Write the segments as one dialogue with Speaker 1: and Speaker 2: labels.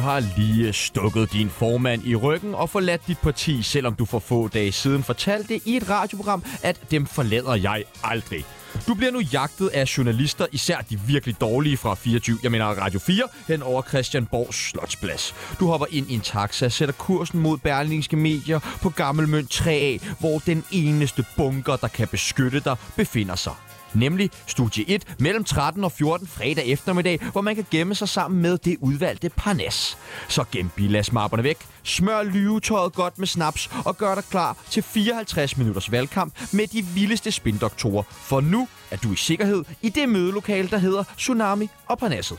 Speaker 1: har lige stukket din formand i ryggen og forladt dit parti, selvom du for få dage siden fortalte i et radioprogram, at dem forlader jeg aldrig. Du bliver nu jagtet af journalister, især de virkelig dårlige fra 24, jeg mener Radio 4, hen over Christianborg Slotsplads. Du hopper ind i en taxa, sætter kursen mod Berlingske Medier på Gammelmønt 3A, hvor den eneste bunker, der kan beskytte dig, befinder sig nemlig Studie 1 mellem 13 og 14 fredag eftermiddag, hvor man kan gemme sig sammen med det udvalgte parnas. Så gem bilagsmapperne væk, smør lyvetøjet godt med snaps og gør dig klar til 54 minutters valgkamp med de vildeste spindoktorer, for nu er du i sikkerhed i det mødelokale, der hedder Tsunami og Parnasset.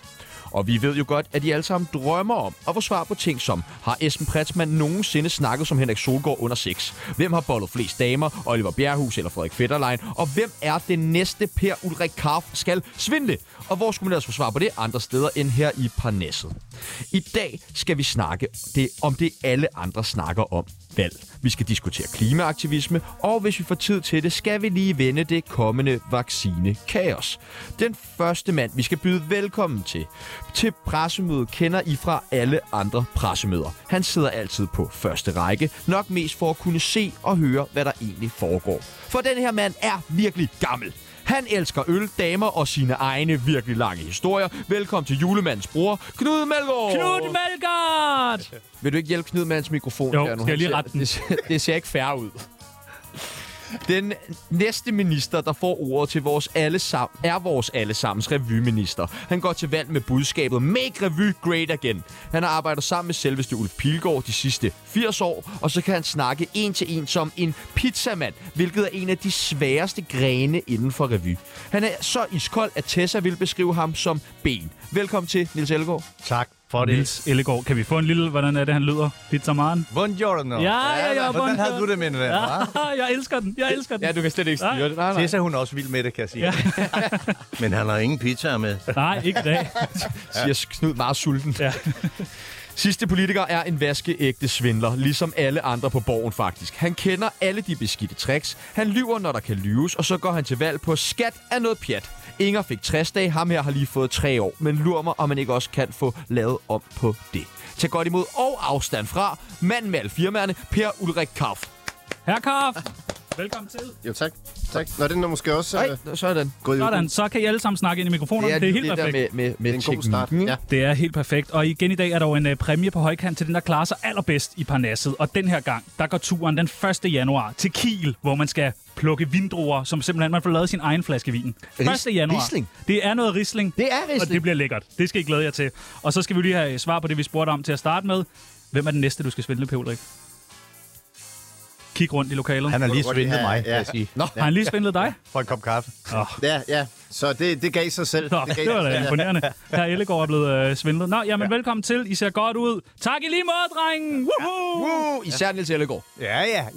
Speaker 1: Og vi ved jo godt, at de alle sammen drømmer om at få svar på ting som, har Esben Pretzmann nogensinde snakket som Henrik Solgaard under sex? Hvem har bollet flest damer, Oliver Bjerghus eller Frederik Fetterlein? Og hvem er den næste Per Ulrik Karf skal svindle? Og hvor skulle man ellers få svar på det andre steder end her i Parnasset? I dag skal vi snakke det, om det, alle andre snakker om valg. Vi skal diskutere klimaaktivisme, og hvis vi får tid til det, skal vi lige vende det kommende vaccinekaos. Den første mand, vi skal byde velkommen til, til pressemødet kender I fra alle andre pressemøder. Han sidder altid på første række, nok mest for at kunne se og høre, hvad der egentlig foregår. For den her mand er virkelig gammel. Han elsker øl, damer og sine egne virkelig lange historier. Velkommen til julemandens bror, Knud Melgaard!
Speaker 2: Knud Melgaard!
Speaker 1: Vil du ikke hjælpe Knud med hans mikrofon?
Speaker 2: Jo,
Speaker 1: der nu?
Speaker 2: skal jeg lige rette den?
Speaker 1: Det, ser, det ser ikke fair ud. Den næste minister, der får ordet til vores allesam, er vores allesammens revyminister. Han går til valg med budskabet Make Revy Great Again. Han har arbejdet sammen med selveste Ulf Pilgaard de sidste 80 år, og så kan han snakke en til en som en pizzamand, hvilket er en af de sværeste grene inden for revy. Han er så iskold, at Tessa vil beskrive ham som ben. Velkommen til, Nils Ellegaard.
Speaker 3: Tak for det.
Speaker 2: Nils Ellegaard, kan vi få en lille, hvordan er det, han lyder? Pizza Maren?
Speaker 3: Buongiorno.
Speaker 2: Ja, ja, ja,
Speaker 3: Hvordan havde
Speaker 2: buongiorno.
Speaker 3: du det med det der?
Speaker 2: Ja,
Speaker 3: hva'?
Speaker 2: jeg elsker den, jeg elsker den.
Speaker 1: du kan slet ikke
Speaker 2: styre
Speaker 1: det. Nej,
Speaker 3: Tessa, hun er også vild med det, kan jeg sige.
Speaker 2: Ja.
Speaker 4: Men han har ingen pizza med.
Speaker 2: Nej, ikke i dag.
Speaker 1: siger Knud meget sulten.
Speaker 2: Ja.
Speaker 1: Sidste politiker er en vaskeægte svindler, ligesom alle andre på borgen faktisk. Han kender alle de beskidte tricks, han lyver, når der kan lyves, og så går han til valg på skat af noget pjat. Inger fik 60 dage, ham her har lige fået 3 år, men lurer mig, om man ikke også kan få lavet om på det. Tag godt imod og afstand fra manden med alle firmaerne, Per Ulrik Kauf.
Speaker 2: Herr Karf, velkommen til.
Speaker 5: Jo, tak. tak. Nå, den er måske også øh,
Speaker 1: Nej, sådan.
Speaker 5: gået i
Speaker 2: Sådan, så kan I alle sammen snakke ind i mikrofonen. Det er, helt
Speaker 1: det der
Speaker 2: perfekt.
Speaker 1: med, med, med
Speaker 5: Det er en god start.
Speaker 1: teknikken, ikke?
Speaker 5: Ja.
Speaker 2: Det er helt perfekt. Og igen i dag er der jo en øh, præmie på højkant til den, der klarer sig allerbedst i Parnasset. Og den her gang, der går turen den 1. januar til Kiel, hvor man skal plukke vindruer, som simpelthen man får lavet sin egen flaske vin. 1. januar.
Speaker 1: Riesling?
Speaker 2: Det er noget risling.
Speaker 1: Det er
Speaker 2: Og det
Speaker 1: Riesling.
Speaker 2: bliver lækkert. Det skal I glæde jer til. Og så skal vi lige have øh, svar på det, vi spurgte om til at starte med. Hvem er den næste, du skal svindle, Pjolrik? Kig rundt i lokalet.
Speaker 3: Han
Speaker 2: Han,
Speaker 3: har lige
Speaker 5: Hvor de
Speaker 3: svindlet
Speaker 5: her-
Speaker 3: mig, kan
Speaker 5: ja.
Speaker 3: jeg sige.
Speaker 2: har han lige svindlet dig?
Speaker 3: For en kop kaffe.
Speaker 5: Ja, ja. Så det, det gav sig selv.
Speaker 2: Nå, det,
Speaker 5: gav
Speaker 2: det var
Speaker 5: sig
Speaker 2: da
Speaker 5: selv.
Speaker 2: imponerende. Her Ellegaard er blevet øh, svindlet. Nå, jamen ja. velkommen til. I ser godt ud. Tak i lige måde, drengen! Woohoo!
Speaker 1: Uh, især Niels Ellegaard.
Speaker 3: Ja, ja. ja. Åh,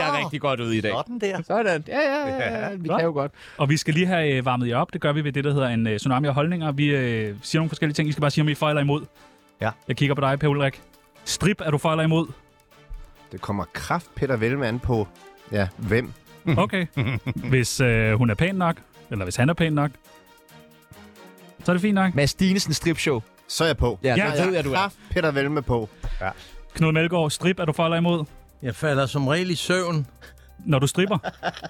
Speaker 1: Det er rigtig godt ud i dag.
Speaker 3: Sådan der.
Speaker 1: Sådan. Ja, ja, ja. ja. Vi kan jo godt.
Speaker 2: Og vi skal lige have øh, varmet jer op. Det gør vi ved det, der hedder en øh, tsunami af holdninger. Vi øh, siger nogle forskellige ting. I skal bare sige, om I er for eller imod.
Speaker 3: Ja.
Speaker 2: Jeg kigger på dig, Per Ulrik. Strip, er du for eller imod?
Speaker 5: Det kommer kraft Peter Vellemann på, ja, hvem?
Speaker 2: Okay. hvis øh, hun er pæn nok, eller hvis han er pæn nok, så er det fint nok.
Speaker 1: Mads Dinesen stripshow.
Speaker 5: Så er jeg på.
Speaker 1: Ja,
Speaker 2: Ja,
Speaker 1: ja det ved jeg, du er.
Speaker 5: Kraft Peter Vellemann på.
Speaker 2: Knud Melgaard, strip, er du for eller imod?
Speaker 4: Jeg falder som regel i søvn.
Speaker 2: Når du stripper?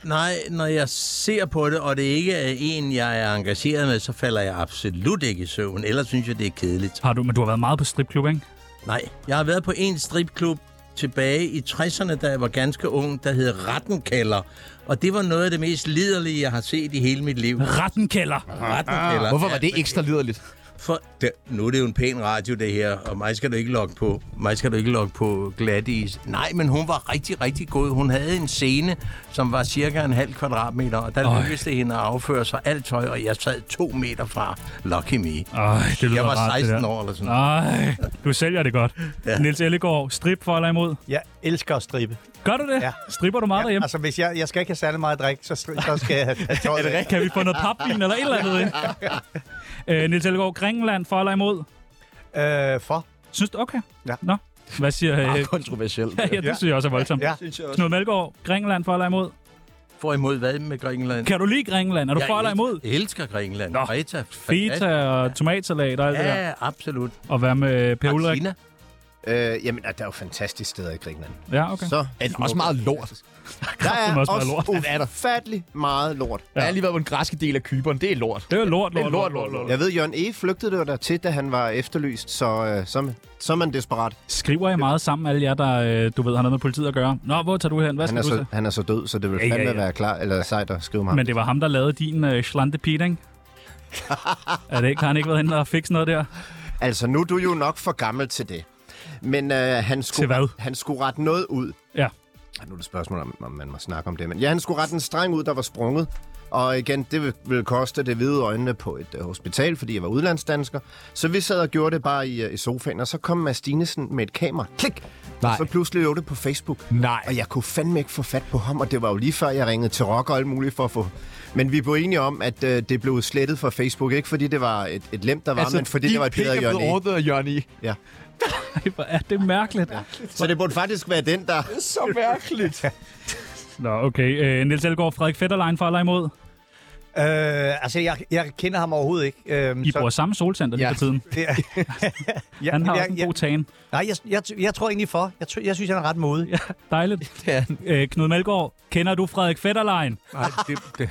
Speaker 4: Nej, når jeg ser på det, og det ikke er en, jeg er engageret med, så falder jeg absolut ikke i søvn. Ellers synes jeg, det er kedeligt.
Speaker 2: Har du, men du har været meget på stripklub, ikke?
Speaker 4: Nej, jeg har været på en stripklub tilbage i 60'erne, da jeg var ganske ung, der hed Rattenkælder. Og det var noget af det mest liderlige, jeg har set i hele mit liv.
Speaker 2: Rattenkælder!
Speaker 4: Rattenkælder.
Speaker 1: Hvorfor var
Speaker 4: Ja,
Speaker 1: det ekstra liderligt?
Speaker 4: For, det, nu er det jo en pæn radio, det her, og mig skal du ikke lokke på, mig skal du ikke lokke på glat is. Nej, men hun var rigtig, rigtig god. Hun havde en scene, som var cirka en halv kvadratmeter, og der
Speaker 2: Øj.
Speaker 4: lykkedes det hende at afføre sig alt tøj, og jeg sad to meter fra Lucky Me.
Speaker 2: Ej, det lyder
Speaker 4: Jeg var
Speaker 2: rart, det
Speaker 4: 16
Speaker 2: der.
Speaker 4: år eller sådan noget.
Speaker 2: Ej, du sælger det godt. ja. Nils Ellegaard, strip for eller imod?
Speaker 3: Jeg elsker at stribe.
Speaker 2: Gør du det?
Speaker 3: Ja.
Speaker 2: Stripper du meget derhjemme?
Speaker 3: Altså, hvis jeg, jeg skal ikke have særlig meget at drikke, så, stri- så skal jeg have have tøjet. er det
Speaker 2: Kan vi få noget papvin eller et eller andet ind? øh, Niels Ellegaard, Grækenland for eller imod?
Speaker 3: rigtigt? Øh, for.
Speaker 2: Synes du? Okay.
Speaker 3: Ja.
Speaker 2: Nå, hvad siger... Øh,
Speaker 1: Meget kontroversielt.
Speaker 2: ja, ja,
Speaker 3: Ja.
Speaker 2: det synes jeg også er voldsomt. Ja.
Speaker 3: Ja.
Speaker 2: Knud Malgaard, Grækenland for eller imod?
Speaker 4: For imod hvad med Grækenland?
Speaker 2: Kan du lide Grækenland? Er du
Speaker 4: Jeg
Speaker 2: for eller
Speaker 4: elsker-
Speaker 2: imod?
Speaker 4: elsker Grækenland.
Speaker 2: Nå,
Speaker 4: Feta. fantastisk.
Speaker 2: Feta og tomatsalat og alt det der.
Speaker 4: Ja, absolut.
Speaker 2: Og hvad med Per
Speaker 4: Og
Speaker 2: Ulrik?
Speaker 4: Kina.
Speaker 5: Øh, jamen, ah, der er jo fantastiske steder i Grækenland.
Speaker 2: Ja, okay.
Speaker 5: Så
Speaker 1: Men også meget lort.
Speaker 5: der er
Speaker 2: også meget lort.
Speaker 5: er ufattelig meget lort.
Speaker 1: Jeg har lige været på den græske del af Kyberen. Det er lort.
Speaker 2: Det er lort,
Speaker 1: Det er
Speaker 2: lort, lort, lort, lort.
Speaker 5: Jeg ved, Jørgen E. flygtede det der til, da han var efterlyst, så, øh, så, så er man desperat.
Speaker 2: Skriver I meget sammen, alle jer, der øh, du ved, har noget med politiet at gøre? Nå, hvor tager du hen? Hvad
Speaker 5: Han
Speaker 2: skal
Speaker 5: er,
Speaker 2: du
Speaker 5: så,
Speaker 2: så...
Speaker 5: han er så død, så det vil
Speaker 2: Ja, ja,
Speaker 5: fandme
Speaker 2: ja.
Speaker 5: være klar, eller sejt at skrive mig.
Speaker 2: Men det var ham, der lavede din øh, slantepit, ikke? er det ikke? Har han ikke været henne og fikse noget der?
Speaker 5: Altså, nu er du jo nok for gammel til det. Men øh, han, skulle,
Speaker 2: Til hvad?
Speaker 5: han skulle rette noget ud.
Speaker 2: Ja.
Speaker 5: Ah, Nu er det et spørgsmål, om, om man må snakke om det. Men ja, han skulle rette en streng ud, der var sprunget. Og igen, det vil- ville koste det hvide øjnene på et øh, hospital, fordi jeg var udlandsdansker. Så vi sad og gjorde det bare i, øh, i sofaen, og så kom Mads Dinesen med et kamera. Klik!
Speaker 1: Nej.
Speaker 5: Og så pludselig lå det på Facebook.
Speaker 1: Nej.
Speaker 5: Og jeg kunne fandme ikke få fat på ham, og det var jo lige før, jeg ringede til Rock og alt muligt for at få... Men vi blev enige om, at øh, det blev slettet fra Facebook. Ikke fordi det var et, et lem, der var, altså, men fordi det var et
Speaker 1: pik
Speaker 5: billede
Speaker 1: er
Speaker 5: af Jørgen
Speaker 1: blevet
Speaker 5: E.
Speaker 1: ordnet af Jørgen E.
Speaker 5: Ja.
Speaker 2: Ej, hvor er det mærkeligt.
Speaker 5: Så det burde faktisk være den, der...
Speaker 1: Så mærkeligt.
Speaker 2: Nå, okay. Øh, Niels Elgaard, Frederik Fetterlein for eller imod?
Speaker 3: Øh, altså, jeg, jeg kender ham overhovedet ikke. Øhm,
Speaker 2: I bruger samme solcenter lige
Speaker 3: Ja.
Speaker 2: for tiden.
Speaker 3: det, ja,
Speaker 2: Han har
Speaker 3: jeg,
Speaker 2: også en
Speaker 3: jeg,
Speaker 2: god tan.
Speaker 3: Nej, jeg, jeg, jeg tror egentlig for. Jeg, tror- jeg synes, han er ret modig. Ja.
Speaker 2: Dejligt. Øh, Knud Melgaard, kender du Frederik Fetterlein?
Speaker 4: Nej, det, det,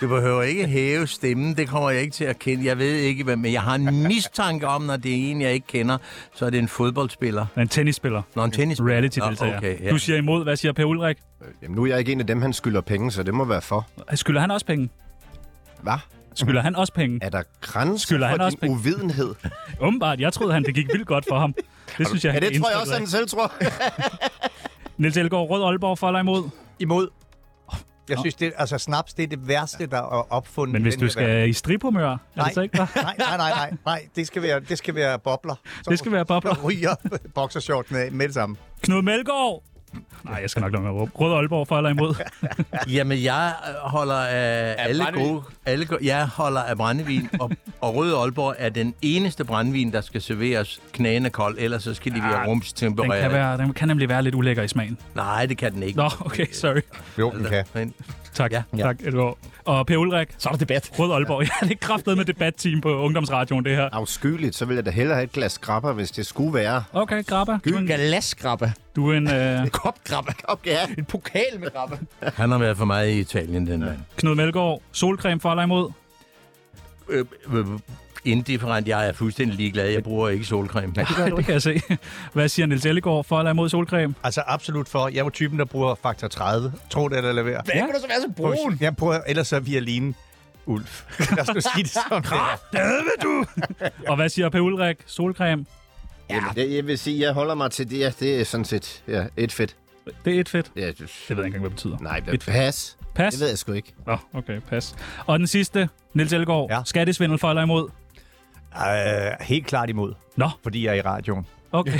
Speaker 4: det behøver ikke hæve stemmen. Det kommer jeg ikke til at kende. Jeg ved ikke, hvem, men jeg har en mistanke om, når det er en, jeg ikke kender, så er det en fodboldspiller.
Speaker 2: Han er en tennisspiller.
Speaker 4: Nå, en tennis.
Speaker 2: Reality-deltager.
Speaker 4: okay,
Speaker 2: ja.
Speaker 4: ja.
Speaker 2: Du siger imod. Hvad siger Per Ulrik?
Speaker 5: Jamen, nu er jeg ikke en af dem, han skylder penge, så det må være for.
Speaker 2: Skylder han også penge?
Speaker 5: Hvad?
Speaker 2: Skylder han også penge?
Speaker 5: Er der grænser
Speaker 2: Skylder han
Speaker 5: for
Speaker 2: også
Speaker 5: din
Speaker 2: penge?
Speaker 5: uvidenhed?
Speaker 2: Umiddelbart. Jeg troede, han det gik vildt godt for ham. Det synes jeg,
Speaker 5: Ja,
Speaker 2: han
Speaker 5: det tror jeg også,
Speaker 2: indtrykker
Speaker 5: han selv tror.
Speaker 2: af. Niels Elgaard, Rød Aalborg for eller imod?
Speaker 3: Imod. Jeg synes, det, altså, snaps, det er det værste, der er opfundet.
Speaker 2: Men
Speaker 3: i
Speaker 2: hvis
Speaker 3: den
Speaker 2: du
Speaker 3: her verden.
Speaker 2: skal i stripumør, er
Speaker 3: Nej.
Speaker 2: det så ikke der?
Speaker 3: Nej, nej, nej, nej, nej. Det skal være, det skal være bobler. Så,
Speaker 2: Det skal være bobler.
Speaker 3: Så ryger boxershortene af med det samme.
Speaker 2: Knud Melgaard! Nej, jeg skal nok lade med at råbe. Rød Aalborg for eller imod?
Speaker 4: Jamen, jeg øh, holder af, alle
Speaker 1: brændevin?
Speaker 4: gode... Alle gode, jeg holder af brændevin, og, og Røde Aalborg er den eneste brændevin, der skal serveres knæende kold, ellers så skal de være
Speaker 2: Den
Speaker 4: rumstempereret.
Speaker 2: kan, være, den kan nemlig være lidt ulækker i smagen.
Speaker 4: Nej, det kan den ikke.
Speaker 2: Nå, okay, sorry.
Speaker 3: Jo,
Speaker 2: Altså-
Speaker 3: den kan.
Speaker 4: Men,
Speaker 2: Tak, ja,
Speaker 4: Ja.
Speaker 2: ja. tak Elgaard. Og Per Ulrik,
Speaker 1: Så er der debat.
Speaker 2: Rød Aalborg. Ja, det er kraftet med debatteam på Ungdomsradioen, det her.
Speaker 5: Afskyeligt, så vil jeg da hellere have et glas skrapper, hvis det skulle være.
Speaker 2: Okay, Grappa. Du, er en-
Speaker 1: Galaskrabbe.
Speaker 2: du er en... Øh,
Speaker 1: Kopgrabbe.
Speaker 5: Okay, ja.
Speaker 1: En pokal med krabbe.
Speaker 4: han har været for meget i Italien, den mand.
Speaker 2: Knud Melgaard, solcreme for eller imod?
Speaker 4: Øh, øh, indifferent. Jeg er fuldstændig ligeglad. Jeg bruger ikke solcreme.
Speaker 2: det kan jeg se. Hvad siger Niels Ellegaard for eller imod solcreme?
Speaker 3: Altså, absolut for. Jeg er jo typen, der bruger faktor 30. Tro det, eller leverer.
Speaker 1: Hvad kan du så være så brun?
Speaker 3: Jeg prøver, ellers så er vi alene. Ulf. Lad os nu sige det sådan.
Speaker 2: Og hvad siger Per Ulrik? Solcreme?
Speaker 5: Jamen, det, jeg vil sige, jeg holder mig til det. Ja, det er sådan set ja, et fedt.
Speaker 2: Det er et fedt.
Speaker 5: Ja, det,
Speaker 2: Det ved jeg ikke engang, hvad det betyder.
Speaker 5: nej,
Speaker 2: Et
Speaker 5: det,
Speaker 2: fedt.
Speaker 5: pas.
Speaker 2: Pas?
Speaker 5: Det ved jeg sgu ikke.
Speaker 2: Nå, okay, pas. Og den sidste, Niels Ellegaard. Ja.
Speaker 3: Ja.
Speaker 2: Skattesvindel for eller imod?
Speaker 3: Øh, helt klart imod,
Speaker 2: Nå,
Speaker 3: fordi jeg er i radioen.
Speaker 2: okay.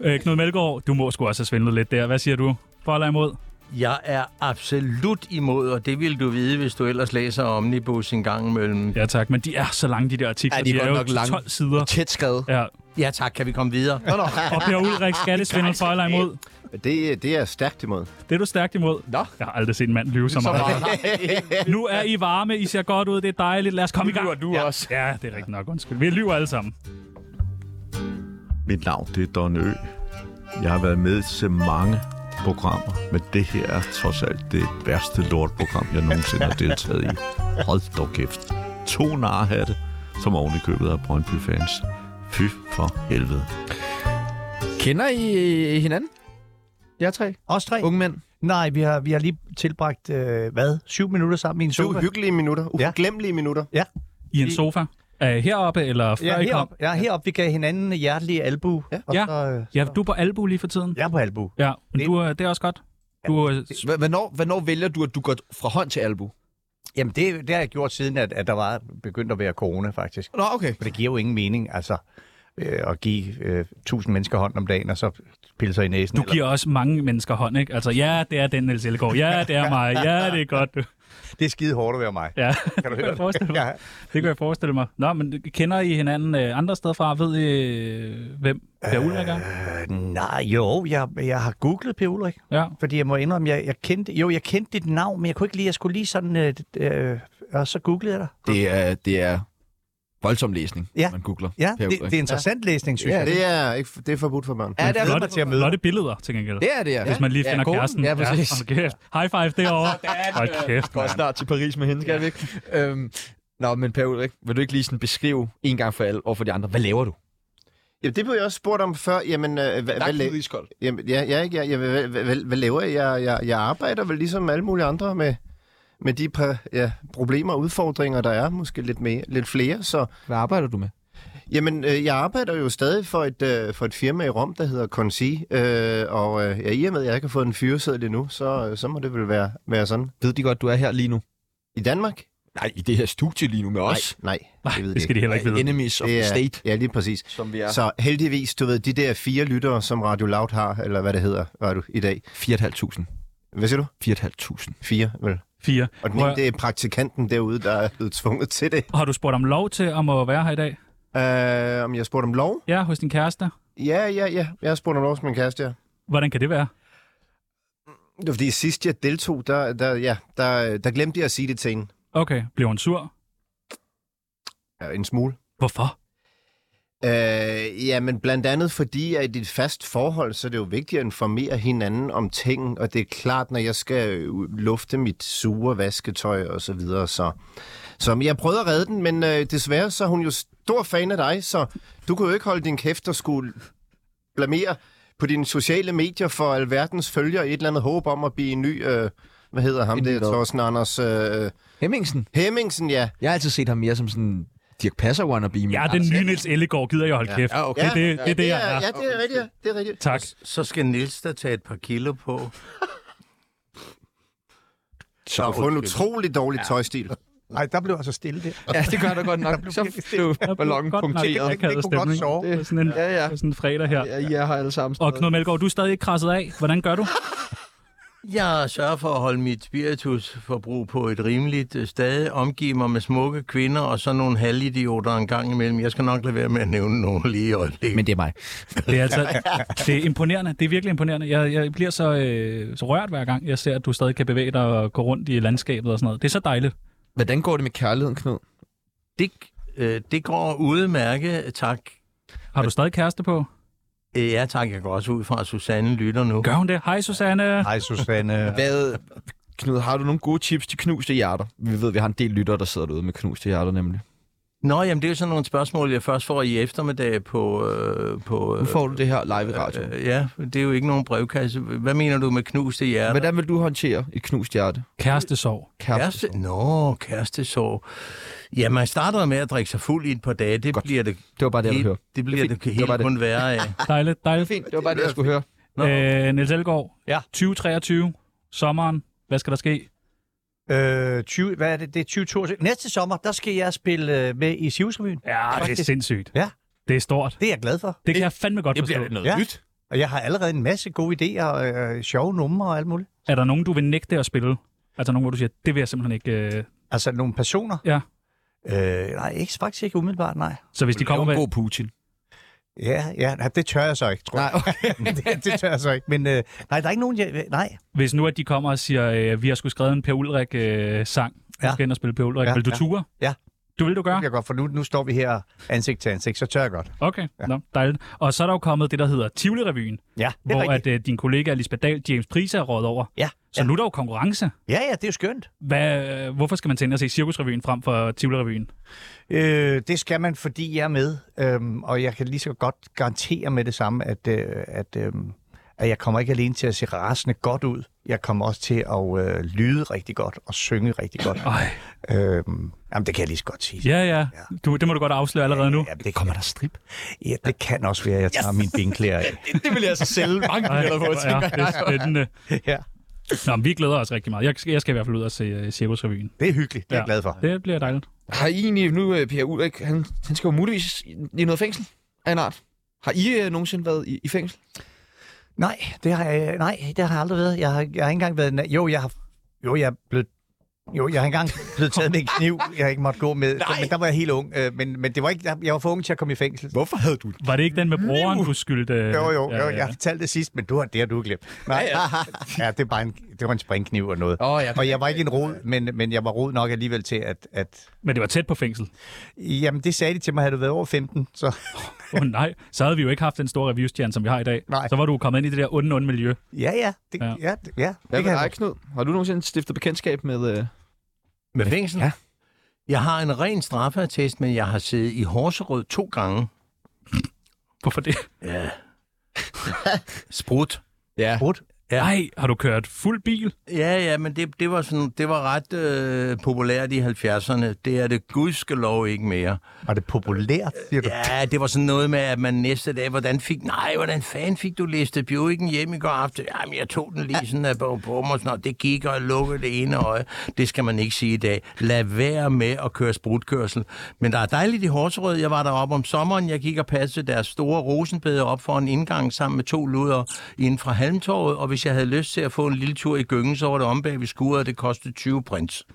Speaker 2: øh, Knud Melgaard, du må sgu også have svindlet lidt der. Hvad siger du? For eller imod?
Speaker 4: Jeg er absolut imod, og det vil du vide, hvis du ellers læser Omnibus en gang imellem. Ja,
Speaker 2: Ja tak, men de er så lange, de der artikler.
Speaker 1: Ja, de er godt
Speaker 2: er jo
Speaker 1: nok lange.
Speaker 2: 12 sider.
Speaker 1: Tæt skrevet.
Speaker 2: Ja.
Speaker 4: ja tak. Kan vi komme videre?
Speaker 5: Nå, nå.
Speaker 2: Og Per Ulrik, skattesvindel for eller imod?
Speaker 5: Det, det er jeg stærkt imod.
Speaker 2: Det er du stærkt imod.
Speaker 1: Nå.
Speaker 2: Jeg har aldrig set en mand lyve så
Speaker 1: Så
Speaker 2: meget.
Speaker 1: meget.
Speaker 2: Nu er I varme, I ser godt ud, det er dejligt. Lad os komme i gang.
Speaker 1: du
Speaker 2: ja.
Speaker 1: også.
Speaker 2: Ja, det er rigtigt nok. Undskyld. Vi lyver alle sammen.
Speaker 6: Mit navn det er Don Ø. Jeg har været med til mange programmer, men det her er trods alt det værste lortprogram, jeg nogensinde har deltaget i. Hold dog kæft. To narhatte, som oven i købet af Brøndby-fans. Fy for helvede.
Speaker 1: Kender I øh, hinanden? Jeg tre.
Speaker 3: Os tre?
Speaker 1: Unge mænd.
Speaker 3: Nej, vi har, vi har lige tilbragt, øh, hvad, syv minutter sammen i en sofa?
Speaker 5: Syv hyggelige minutter. Uforglemmelige minutter.
Speaker 2: I en sofa. Uh, heroppe, eller før
Speaker 3: Ja,
Speaker 2: I kom?
Speaker 3: heroppe. Ja, heroppe. Vi gav hinanden hjertelige albu. Ja. Og
Speaker 2: Ja.
Speaker 3: Så, øh,
Speaker 2: Ja, du er på albu lige for tiden.
Speaker 3: jeg er på albu.
Speaker 2: Ja, men
Speaker 3: Det-
Speaker 2: du, er- det er også godt. Du, øh, er-
Speaker 1: Hv- Hvornår, hvornår vælger du, at du går fra hånd til albu?
Speaker 3: Jamen, det, det har jeg gjort siden, at, at der var begyndt at være corona, faktisk.
Speaker 1: Nå, okay.
Speaker 3: For det giver jo ingen mening, altså, øh, at give øh, 1000 mennesker hånd om dagen, og så pille sig i næsen.
Speaker 2: du
Speaker 3: eller-
Speaker 2: giver også mange mennesker hånd, ikke? Altså, ja, det er den, Niels Ellegaard. Ja, det er mig. Ja, det er godt. du.
Speaker 3: Det er skide hårdt at være mig.
Speaker 2: Ja,
Speaker 3: Kan du
Speaker 2: det kan
Speaker 3: høre
Speaker 2: jeg
Speaker 3: det?
Speaker 2: forestille mig.
Speaker 3: Ja.
Speaker 2: Det kan jeg forestille mig. Nå, men kender I hinanden øh, andre steder fra? Ved I, øh, hvem Per Ulrik er?
Speaker 3: Øh, nej, jo, jeg, jeg har googlet Per Ulrik.
Speaker 2: Ja.
Speaker 3: Fordi jeg må indrømme, jeg, jeg kendte, jo, jeg kendte dit navn, men jeg kunne ikke lige, jeg skulle lige sådan, øh, øh, og så googlede jeg dig.
Speaker 1: Det er, det er voldsom læsning,
Speaker 3: Ja.
Speaker 1: man googler.
Speaker 3: Ja,
Speaker 1: Per
Speaker 3: det, det er
Speaker 1: Ulrik.
Speaker 3: interessant ja. læsning, synes ja, jeg.
Speaker 5: Det er, ikke, det er forbudt for børn.
Speaker 1: Ja, det er
Speaker 2: Flotte,
Speaker 1: det.
Speaker 3: til at møde.
Speaker 2: flotte billeder, til gengæld.
Speaker 1: Det er det, ja.
Speaker 2: Hvis man lige
Speaker 1: Ja,
Speaker 2: finder
Speaker 1: konen.
Speaker 2: kæresten.
Speaker 1: Ja, præcis.
Speaker 2: hold kæft. High five derovre. Hold kæft,
Speaker 1: går
Speaker 2: mand.
Speaker 1: snart til Paris med hende, skal vi ikke? Øhm, nå, men Per Ulrik, vil du ikke lige sådan beskrive en gang for alle over for de andre, hvad laver du?
Speaker 5: Ja, det blev jeg også spurgt om før. Jamen, øh, hvad, hvad, la-
Speaker 1: iskold.
Speaker 5: jamen ja, ja, ikke? ja, ja, hvad, hvad, hvad, hvad laver jeg? Jeg, jeg? jeg arbejder vel ligesom alle mulige andre med, med de præ- ja, problemer og udfordringer, der er. Måske lidt, mere, lidt flere. Så,
Speaker 1: Hvad arbejder du med?
Speaker 5: jamen, øh, jeg arbejder jo stadig for et, øh, for et firma i Rom, der hedder Conci. Øh, og øh, ja, i og med, at jeg ikke har fået en fyreseddel endnu, så, øh, så må det vel være, være sådan.
Speaker 1: Ved de godt, du er her lige nu?
Speaker 5: I Danmark?
Speaker 1: Nej, i det her studie lige nu med os.
Speaker 5: Nej, nej, det ved
Speaker 2: Det
Speaker 5: jeg
Speaker 2: skal de heller ikke vide.
Speaker 1: Enemies of
Speaker 5: Det
Speaker 1: the
Speaker 5: er-
Speaker 1: state,
Speaker 5: Ja, lige præcis.
Speaker 1: som vi er. Så
Speaker 5: Så heldigvis, du ved, de der fire lyttere, som Radio Loud har, eller hvad det hedder, Radio i dag.
Speaker 1: 4.500.
Speaker 5: Hvad siger du?
Speaker 1: 4.500.
Speaker 5: Fire, vel?
Speaker 2: Fire.
Speaker 5: Og den
Speaker 2: Prøv
Speaker 5: ene,
Speaker 2: at-
Speaker 5: det er praktikanten derude, der er blevet tvunget til det.
Speaker 2: Har du spurgt om lov til om at være her i dag?
Speaker 5: Uh, om jeg spurgte om lov?
Speaker 2: Ja, hos din kæreste.
Speaker 5: Ja, ja, ja. Jeg har spurgt om lov som min kæreste, ja.
Speaker 2: Hvordan kan det være?
Speaker 5: Det var fordi sidst jeg deltog, der, der, ja, der, der glemte jeg at sige det til hende.
Speaker 2: Okay, blev hun sur?
Speaker 5: Ja, en smule.
Speaker 2: Hvorfor?
Speaker 5: Øh, ja, men blandt andet fordi, at i dit fast forhold, så er det jo vigtigt at informere hinanden om ting, og det er klart, når jeg skal øh, lufte mit sure vasketøj og så videre, så... Så men jeg prøvede at redde den, men øh, desværre så er hun jo stor fan af dig, så du kunne jo ikke holde din kæft og skulle blamere på dine sociale medier for alverdens følgere i et eller andet håb om at blive en ny, øh, hvad hedder ham,
Speaker 1: En ny
Speaker 5: det er
Speaker 1: hvad?
Speaker 5: Thorsten Anders øh,
Speaker 1: Hemmingsen.
Speaker 5: Hemmingsen, ja.
Speaker 1: Jeg har altid set ham mere som sådan Dirk Passer wannabe. men
Speaker 2: Ja, den
Speaker 1: Anders-
Speaker 2: nye Niels Ellegaard gider jeg holde kæft.
Speaker 1: Altså, Ja, okay.
Speaker 2: Det, det, det, er det, jeg er.
Speaker 5: Ja, det er rigtigt, ja. det er rigtigt.
Speaker 2: Tak.
Speaker 4: Så skal Nils da tage et par kilo på.
Speaker 5: Så har fået en utrolig dårlig tøjstil.
Speaker 3: Nej, der blev altså stille det.
Speaker 1: Ja, det gør der godt nok. Så blev ballongen
Speaker 2: Godt nok
Speaker 1: punkteret.
Speaker 3: Det kunne
Speaker 2: akavet
Speaker 3: godt
Speaker 2: stemning.
Speaker 3: sove.
Speaker 2: Det er sådan en,
Speaker 1: Ja, ja.
Speaker 2: på sådan en fredag her.
Speaker 1: Ja, I er her alle sammen.
Speaker 2: Og Knud Melgaard, du er stadig ikke krasset af. Hvordan gør du?
Speaker 4: Jeg sørger for at holde mit spiritusforbrug på et rimeligt øh, stade, omgive mig med smukke kvinder og så nogle halvidioter en gang imellem. Jeg skal nok lade være med at nævne nogen lige i øjeblikket.
Speaker 1: Men det er mig.
Speaker 2: Det er, altså, det er imponerende. Det er virkelig imponerende. Jeg, jeg bliver så, øh, så rørt hver gang, jeg ser, at du stadig kan bevæge dig og gå rundt i landskabet og sådan noget. Det er så dejligt.
Speaker 1: Hvordan går det med kærligheden, Knud?
Speaker 4: det, øh, det går udmærket, tak.
Speaker 2: Har du stadig kæreste på?
Speaker 4: Øh, Ja, tak. Jeg går også ud fra, at Susanne lytter nu.
Speaker 2: Gør hun det? Hej, Susanne.
Speaker 3: Nej, Susanne.
Speaker 1: Hvad, Knud, har du nogle gode tips til knuste hjerter? Vi ved, vi har en del lyttere, der sidder derude med knuste hjerter, nemlig.
Speaker 4: Nå, jamen det er jo sådan nogle spørgsmål, jeg først får i eftermiddag på... Øh, på
Speaker 1: Nu får du det her live i radioen.
Speaker 4: øh, ja, det er jo ikke nogen brevkasse. Hvad mener du med knuste hjerter?
Speaker 1: Hvordan vil du håndtere et knust hjerte?
Speaker 2: Kærestesorg.
Speaker 1: Kæreste.
Speaker 4: Kæreste? Nå, kærestesorg. Ja, man starter med at drikke sig fuld i et par dage. Det
Speaker 1: Godt.
Speaker 4: Godt. bliver det,
Speaker 1: Det var bare det, jeg ville
Speaker 4: det,
Speaker 1: høre.
Speaker 4: det, bliver
Speaker 1: Fint.
Speaker 4: det,
Speaker 1: Det
Speaker 4: det
Speaker 1: var bare
Speaker 4: helt
Speaker 1: det.
Speaker 4: kun værre af.
Speaker 2: Dejligt, dejligt.
Speaker 1: Fint, det var bare det, jeg skulle høre.
Speaker 4: Nå.
Speaker 2: Øh, Niels Elgaard,
Speaker 3: Ja.
Speaker 2: 2023, sommeren. Hvad skal der ske?
Speaker 3: Øh, 20, hvad er det? Det er 2022. Næste sommer, der skal jeg spille øh, med i Sivsrevyen.
Speaker 2: Ja, det er
Speaker 3: Faktisk.
Speaker 2: sindssygt.
Speaker 3: Ja.
Speaker 2: Det er stort.
Speaker 3: Det er jeg glad for.
Speaker 2: Det kan jeg fandme godt forstå.
Speaker 1: noget
Speaker 3: Ja. Og jeg har allerede en masse gode idéer, og øh, sjove numre og alt muligt.
Speaker 2: Er der nogen, du vil nægte at spille? Altså nogen, hvor du siger, det vil jeg simpelthen ikke... Øh...
Speaker 3: Altså nogle personer.
Speaker 2: Ja.
Speaker 3: Øh, nej, ikke, faktisk ikke umiddelbart, nej.
Speaker 2: Så hvis de kommer med...
Speaker 1: en god Putin.
Speaker 3: Ja, ja, nej, det tør jeg så ikke, tror jeg.
Speaker 1: Nej, okay.
Speaker 3: det, det tør jeg så ikke. Men øh, nej, der er ikke nogen, jeg... Nej,
Speaker 2: Hvis nu, at de kommer og siger, øh, vi har skulle skrevet en Per Ulrik-sang, øh, sang. ja.
Speaker 3: Ja.
Speaker 2: skal ind og spille Per Ulrik, ja.
Speaker 3: Ja,
Speaker 2: vil du
Speaker 3: ja.
Speaker 2: ture?
Speaker 3: Ja.
Speaker 2: Du vil du
Speaker 3: det
Speaker 2: gøre?
Speaker 3: kan jeg godt, for nu, nu står vi her ansigt til ansigt, så tør jeg godt.
Speaker 2: Okay, ja. Nå, dejligt. Og så er der jo kommet det, der hedder Tivoli-revyen,
Speaker 3: Ja, det er
Speaker 2: hvor
Speaker 3: rigtigt.
Speaker 2: at, øh, din kollega Lisbeth Dahl, James Price, er råd over.
Speaker 3: Ja,
Speaker 2: Så
Speaker 3: ja.
Speaker 2: nu er der jo konkurrence.
Speaker 3: ja, ja, det er jo skønt.
Speaker 2: Hvad, øh, hvorfor skal man tænke at se Cirkusrevyen frem for Tivoli-revyen?
Speaker 3: Øh, det skal man, fordi jeg er med, øhm, og jeg kan lige så godt garantere med det samme, at, øh, at, øh, at jeg kommer ikke alene til at se rasende godt ud. Jeg kommer også til at øh, lyde rigtig godt og synge rigtig godt.
Speaker 2: Øj,
Speaker 3: øhm, jamen, det kan jeg lige så godt sige.
Speaker 2: ja, ja. Du, det må du godt afsløre allerede nu.
Speaker 3: Ja, det kommer der strip. Ja, det kan også være, at jeg tager yes. min benklæder af.
Speaker 1: det vil jeg altså sælge mange
Speaker 2: Ej,
Speaker 1: billeder på,
Speaker 2: hvor er
Speaker 1: tænker jeg.
Speaker 2: det spændende.
Speaker 3: ja.
Speaker 2: Nå, men vi glæder os rigtig meget. Jeg skal, jeg skal i hvert fald ud og se uh, Cirkusrevyen.
Speaker 3: Det er hyggeligt. Det er
Speaker 2: Ja.
Speaker 3: jeg glad for.
Speaker 2: Det bliver dejligt.
Speaker 1: Har I egentlig nu, øh, Per Ulrik, han, han skal jo muligvis i i noget fængsel af en art. Har I øh, nogensinde været i, i fængsel?
Speaker 3: Nej, det har jeg, nej, det har jeg aldrig været. Jeg har, jeg har ikke engang været... na- Jo, jeg har, jo, jeg er blevet jo, jeg har engang blevet taget med en kniv, jeg ikke måtte gå med. Så, men der var jeg helt ung. Øh, men, men det var ikke, jeg- jeg var for ung til at komme i fængsel.
Speaker 1: Hvorfor havde du det?
Speaker 2: Var det ikke den med
Speaker 3: Uh.
Speaker 2: broren, du skyldte? øh,
Speaker 3: Jo, jo, jo, jeg fortalte det sidst, men du har det, har du glemt. Nej, ja, ja. ja, det er bare en, det var en springkniv og noget.
Speaker 1: Åh, jeg kan-
Speaker 3: og jeg var ikke en rod, men, men jeg var rod nok alligevel til, at, at...
Speaker 2: Men det var tæt på fængsel.
Speaker 3: Jamen, det sagde de til mig, havde du været over 15, så...
Speaker 2: Åh oh, nej, så havde vi jo ikke haft den store reviewstjerne, som vi har i dag.
Speaker 3: Nej.
Speaker 2: Så var du kommet ind i det der onde, onde miljø.
Speaker 3: Ja, ja. Det,
Speaker 2: Ja.
Speaker 3: ja. ja, det, ja,
Speaker 1: Hvad
Speaker 3: det
Speaker 1: med
Speaker 3: kan
Speaker 1: dig,
Speaker 3: jeg.
Speaker 1: Knud? Har du nogensinde stiftet bekendtskab med... Øh...
Speaker 4: Med fængsel? Ja. Jeg har en ren straffertest, men jeg har siddet i Horserød to gange.
Speaker 2: Hvorfor det?
Speaker 4: Ja. Sprut.
Speaker 1: Ja.
Speaker 2: Ja. Ej, har du kørt fuld bil?
Speaker 4: Ja, ja, men det, det, var, sådan, det var ret øh, populært i 70'erne. Det er det gudskelov ikke mere.
Speaker 3: Var det populært, siger du?
Speaker 4: Ja, det var sådan noget med, at man næste dag, hvordan fik, nej, hvordan fanden fik du listet Buicken hjem i går aften? Jamen, jeg tog den lige sådan at på, på mig, og sådan noget. det gik, og jeg lukkede det ene øje. Det skal man ikke sige i dag. Lad være med at køre sprutkørsel. Men der er dejligt i Horserød. Jeg var deroppe om sommeren. Jeg gik og passede deres store rosenbede op for en indgang sammen med to luder inden fra Halmtorvet. Og hvis jeg havde lyst til at få en lille tur i Gyngen, så var det om bag ved skuret, og det kostede 20 prins.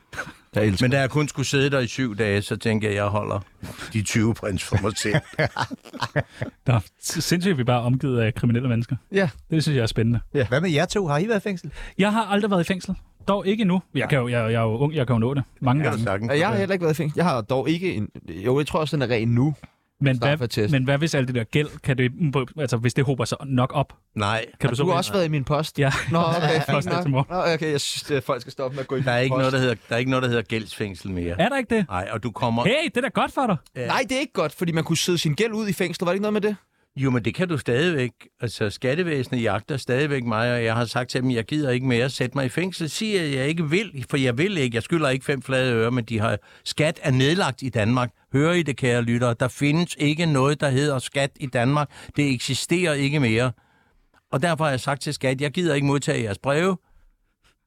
Speaker 1: Jeg elsker.
Speaker 4: Men da jeg kun skulle sidde der i syv dage, så tænkte jeg, at jeg holder de 20 prins for mig selv.
Speaker 2: Der er sindssygt, at vi bare er omgivet af kriminelle mennesker.
Speaker 1: Ja.
Speaker 2: Det synes jeg er spændende.
Speaker 3: Ja. Hvad med jer to? Har I været i fængsel?
Speaker 2: Jeg har aldrig været i fængsel. Dog ikke endnu. Jeg, kan jo, jeg, jeg er jo ung, jeg kan jo nå det mange gange.
Speaker 4: Sagtens.
Speaker 1: Jeg har heller ikke været i fængsel. Jeg har dog ikke en... Jo, jeg tror også, den er ren nu.
Speaker 2: Men hvad,
Speaker 1: Straffeattest.
Speaker 2: men hvad hvis alt det der gæld, kan det, altså hvis det hober sig nok op,
Speaker 4: Nej,
Speaker 2: kan du
Speaker 1: Har
Speaker 2: så...
Speaker 1: du har også været i min post?
Speaker 2: Ja.
Speaker 1: Nå, okay,
Speaker 2: Post er til
Speaker 1: fint
Speaker 2: mor.
Speaker 1: nok. Nå, okay, jeg synes, at folk skal stoppe med at gå i
Speaker 4: der er ikke
Speaker 1: post.
Speaker 4: noget, der hedder, der er ikke noget, der hedder gældsfængsel mere.
Speaker 2: Er der ikke det?
Speaker 4: Nej, og du kommer...
Speaker 2: Hey, det er da godt for dig.
Speaker 1: Nej, det er ikke godt, fordi man kunne sidde sin gæld ud i fængslet. Var det ikke noget med det?
Speaker 4: Jo, men det kan du stadigvæk. Altså, skattevæsenet jagter stadigvæk mig, og jeg har sagt til dem, jeg gider ikke mere sætte mig i fængsel. Sig, at jeg ikke vil, for jeg vil ikke. Jeg skylder ikke fem flade øre, men de har... Skat er nedlagt i Danmark. Hører I det, kære lyttere? Der findes ikke noget, der hedder skat i Danmark. Det eksisterer ikke mere. Og derfor har jeg sagt til skat, jeg gider ikke modtage jeres breve.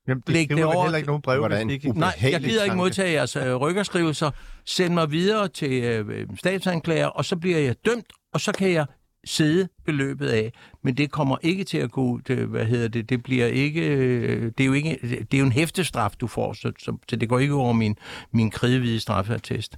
Speaker 3: Jamen,
Speaker 4: Læg det
Speaker 3: skriver man
Speaker 4: over-
Speaker 3: heller ikke nogen breve,
Speaker 5: Hvordan?
Speaker 3: hvis ikke...
Speaker 5: Ubehageligt.
Speaker 4: Nej, jeg gider ikke
Speaker 5: tanke.
Speaker 4: modtage jeres øh, rykkerskrivelser. Send mig videre til øh, statsanklager, og så bliver jeg dømt, og så kan jeg sidde beløbet af. Men det kommer ikke til at gå, det, hvad hedder det, det bliver ikke, øh, det er jo ikke, det er jo en hæftestraf, du får, så, så, så det går ikke over min, min kridhvide straffertest.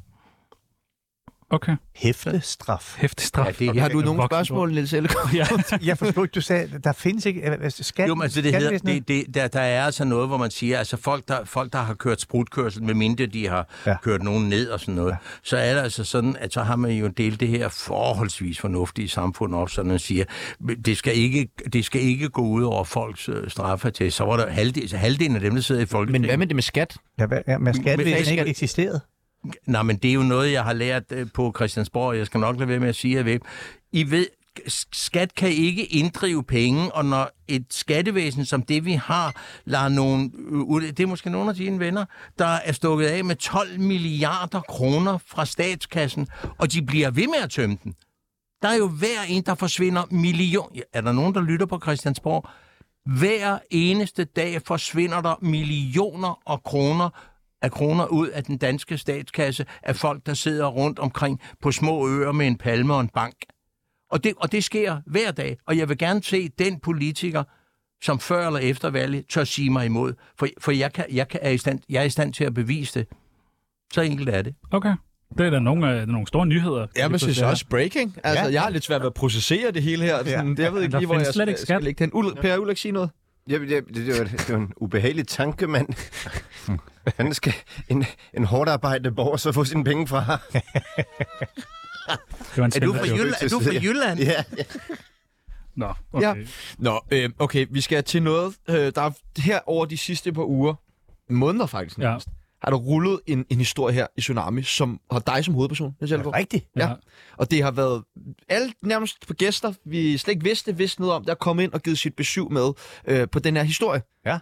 Speaker 2: Okay.
Speaker 3: Hæftestraf.
Speaker 2: Hæftig
Speaker 4: Ja,
Speaker 2: straf.
Speaker 4: det er
Speaker 1: Har du
Speaker 2: er
Speaker 1: nogle
Speaker 2: voksen,
Speaker 1: spørgsmål, Niels Ellegaard?
Speaker 2: Ja.
Speaker 3: Jeg forstod ikke, du sagde, der findes ikke... øh, Skat,
Speaker 4: Jo, men altså, det hedder,
Speaker 3: skattevæsenet?
Speaker 4: det, det, der, der er altså noget, hvor man siger, altså folk, der, folk, der har kørt sprutkørsel, med mindre de har ja.
Speaker 3: Ja.
Speaker 4: kørt nogen ned og sådan noget, ja. så er det altså sådan, at så har man jo delt det her forholdsvis fornuftige samfund op, så man siger, "Men det skal ikke, det skal ikke gå ud over folks øh, straffer til. Så var der halvdelen, halvdelen af dem, der sidder i
Speaker 1: Men
Speaker 4: Folketinget.
Speaker 1: hvad med det med skat?
Speaker 3: Ja, hvad- ja, men skattevæsenet
Speaker 4: skat-
Speaker 3: ikke eksisteret?
Speaker 4: Nej, men det er jo noget, jeg har lært øh, på Christiansborg, og jeg skal nok lade være med at sige, at jeg ved. I ved, s- skat kan ikke inddrive penge, og når et skattevæsen som det, vi har, lader nogle, øh, ud- det er måske nogle af dine venner, der er stukket af med 12 milliarder kroner fra statskassen, og de bliver ved med at tømme den. Der er jo hver en, der forsvinder million... Er der nogen, der lytter på Christiansborg? Hver eneste dag forsvinder der millioner af kroner af kroner ud af den danske statskasse af folk, der sidder rundt omkring på små øer med en palme og en bank. Og det, og det sker hver dag, og jeg vil gerne se den politiker, som før eller efter valget tør sige mig imod, for, for jeg, kan, jeg, kan, er i stand, jeg er i stand til at bevise det. Så enkelt er det.
Speaker 2: Okay. Det er da nogle, øh, nogle store nyheder.
Speaker 1: Ja, men synes jeg også breaking. Altså,
Speaker 3: Ja.
Speaker 1: jeg har lidt svært ved at processere det hele her. Sådan, ja. Jeg ved ikke
Speaker 2: Der
Speaker 1: lige, hvor
Speaker 2: findes
Speaker 1: jeg
Speaker 2: slet
Speaker 1: skal,
Speaker 2: ikke skat.
Speaker 1: skal lægge den. Ul- per Ulrik, sige noget.
Speaker 5: Ja, det, det, det, var, det var en ubehagelig tanke, mand. Hvordan skal en, en hårdt arbejdende borger så få sine penge fra?
Speaker 2: Det var en
Speaker 4: Er du fra
Speaker 2: skændelse.
Speaker 4: Jylland? Er du fra Jylland?
Speaker 5: ja,
Speaker 2: Nå, okay.
Speaker 1: Ja. Nå, øh, okay, vi skal til noget. Øh, der er her over de sidste par uger, måneder faktisk
Speaker 2: Ja.
Speaker 1: nærmest, har der rullet en, en historie her i Tsunami, som har dig som hovedperson, Niels Elgaard.
Speaker 3: Rigtigt.
Speaker 1: Ja. Og det har været alle nærmest på gæster, vi slet ikke vidste, vidste noget om, der er kommet ind og givet sit besøg med øh, på den her historie.
Speaker 3: Ja.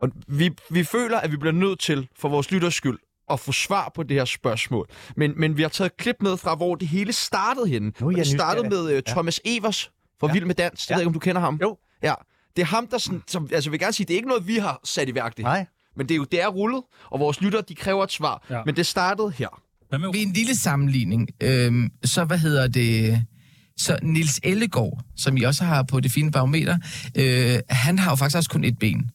Speaker 1: Og vi, vi føler, at vi bliver nødt til, for vores lytters skyld, at få svar på det her spørgsmål. Men, men vi har taget et klip med fra, hvor det hele startede henne.
Speaker 3: er
Speaker 1: Og
Speaker 3: jeg
Speaker 1: det startede
Speaker 3: nysgerrig.
Speaker 1: med øh, Thomas Evers fra ja. Vild med Dans. Det ja. ved jeg ikke, om du kender ham.
Speaker 3: Jo.
Speaker 1: Ja. Det er ham, der sådan, som, altså jeg vil gerne sige, det er ikke noget, vi har sat i værk det her.
Speaker 3: Nej.
Speaker 1: Men det er jo, det er rullet, og vores lytter, de kræver et svar.
Speaker 2: Ja.
Speaker 1: Men det startede her.
Speaker 2: Hvad med
Speaker 7: ved en lille sammenligning, øhm, så hvad hedder det... Så Nils Ellegaard, som I også har på det fine barometer, øh, han har jo faktisk også kun et ben,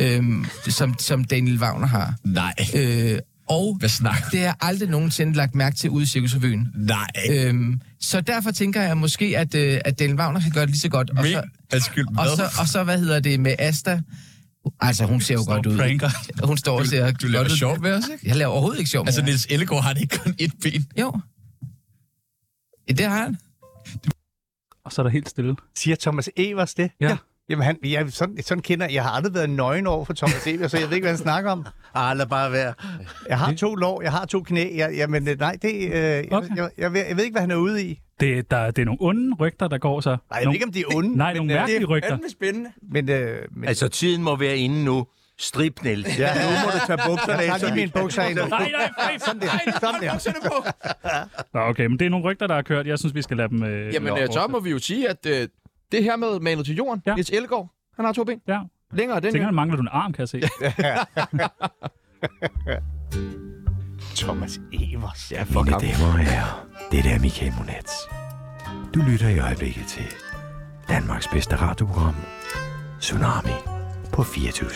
Speaker 7: øhm, som, som Daniel Wagner har.
Speaker 8: Nej,
Speaker 7: Øh, og
Speaker 8: hvad snakker
Speaker 7: det er aldrig nogensinde lagt mærke til ude i Cirkusrevyen.
Speaker 8: Nej,
Speaker 7: Øhm, så derfor tænker jeg måske, at, øh, at Daniel Wagner kan gøre det lige så godt. Og så,
Speaker 8: undskyld,
Speaker 7: og
Speaker 8: hvad?
Speaker 7: så, og så hvad hedder det med Asta? Altså, hun ser jo godt ud.
Speaker 8: pranker.
Speaker 7: Hun står og ser
Speaker 8: Du laver
Speaker 7: godt ud.
Speaker 8: sjov ved os, ikke?
Speaker 7: Jeg laver overhovedet ikke sjov. med
Speaker 8: Altså,
Speaker 7: det.
Speaker 8: Niels Ellegaard har det ikke kun et ben.
Speaker 7: Jo. Ja, det har han.
Speaker 2: Og så er der helt stille.
Speaker 3: Siger Thomas Evers det?
Speaker 2: Ja.
Speaker 3: Jamen, han, jeg, sådan, sådan kender jeg. har aldrig været nøgen over for Thomas Evers, så jeg ved ikke, hvad han snakker om.
Speaker 4: Ah, lad bare være.
Speaker 3: Jeg har to lår, jeg har to knæ. Jeg, jamen, øh, nej, det, øh, jeg,
Speaker 2: Okay.
Speaker 3: okay. jeg, jeg, ved, jeg ved ikke, hvad han er ude i.
Speaker 2: Det, der, det er nogle onde rygter, der går så.
Speaker 3: Nej, jeg ved ikke, om de er onde.
Speaker 2: Nej, nogle
Speaker 3: øh,
Speaker 2: mærkelige rygter.
Speaker 3: Men, øh, men
Speaker 4: Altså, tiden må være inde nu. Strip, Niels.
Speaker 3: ja, nu må du tage bukserne af. Jeg tager lige mine bukser af nu.
Speaker 2: Nej, nej, nej.
Speaker 3: Sådan der. Sådan der.
Speaker 2: Nå, okay, men det er nogle rygter, der har kørt. Jeg synes, vi skal lade dem... Øh,
Speaker 1: Jamen, øh, så må vi jo sige, at øh, det her med manet til jorden,
Speaker 2: Ja.
Speaker 1: ja. Niels Ellegaard, han har to ben.
Speaker 2: Ja.
Speaker 1: Længere den
Speaker 2: Tænker, mangler du en arm, kan jeg se.
Speaker 3: Thomas Evers. Ja.
Speaker 9: Mine damer og herrer, det er Michael Monats. Du lytter i øjeblikket til Danmarks bedste radioprogram, Tsunami på 24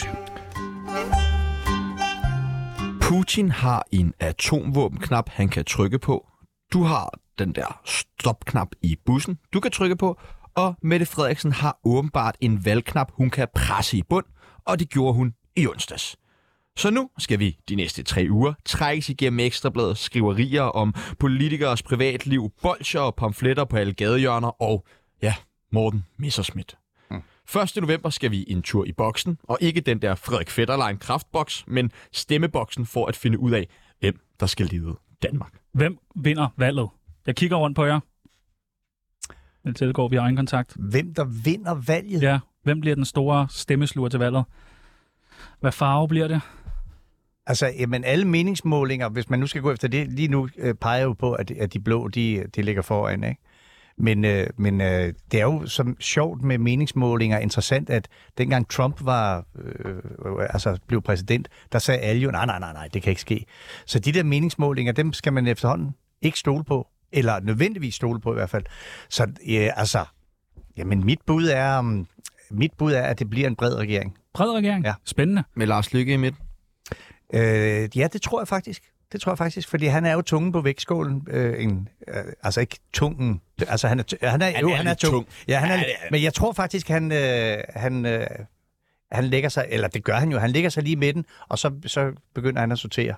Speaker 1: Putin har en atomvåbenknap, han kan trykke på. Du har den der stopknap i bussen, du kan trykke på. Og Mette Frederiksen har åbenbart en valgknap, hun kan presse i bund, og det gjorde hun i onsdags. Så nu skal vi de næste tre uger trækkes igennem ekstrabladets skriverier om politikers privatliv, bolcher og pamfletter på alle gadehjørner og, ja, Morten Messerschmidt. 1. november skal vi en tur i boksen, og ikke den der Frederik Fetterlein kraftboks, men stemmeboksen for at finde ud af, hvem der skal lede Danmark.
Speaker 2: Hvem vinder valget? Jeg kigger rundt på jer. Niels Ellegaard, vi har øjenkontakt.
Speaker 3: Hvem der vinder valget? Ja.
Speaker 2: Ja, hvem bliver den store stemmesluger til valget? Hvad farve bliver det?
Speaker 3: Altså, jamen, alle meningsmålinger, hvis man nu skal gå efter det, lige nu øh, peger jo på, at, at de blå, de, de ligger foran, ikke? Men, øh, men øh, det er jo som sjovt med meningsmålinger interessant, at dengang Trump var, øh, øh, altså blev præsident, der sagde alle jo, nej, nej, nej, nej, det kan ikke ske. Så de der meningsmålinger, dem skal man efterhånden ikke stole på, eller nødvendigvis stole på i hvert fald. Så øh, altså, jamen mit bud er, um, mit bud er, at det bliver en bred regering.
Speaker 2: Bred regering?
Speaker 3: Ja.
Speaker 2: Spændende.
Speaker 1: Med Lars Lykke i midten.
Speaker 3: Øh, ja, det tror jeg faktisk. Det tror jeg faktisk, fordi han er jo tungen på vægtskålen. Øh, en, øh, altså ikke tungen. Altså han er, t- han er, han jo,
Speaker 1: er
Speaker 3: han er
Speaker 1: lidt
Speaker 3: tung.
Speaker 1: tung.
Speaker 3: Ja, han er, Men jeg tror faktisk, han, øh, han, øh, han lægger sig, eller det gør han jo, han lægger sig lige i midten, og så, så begynder han at sortere.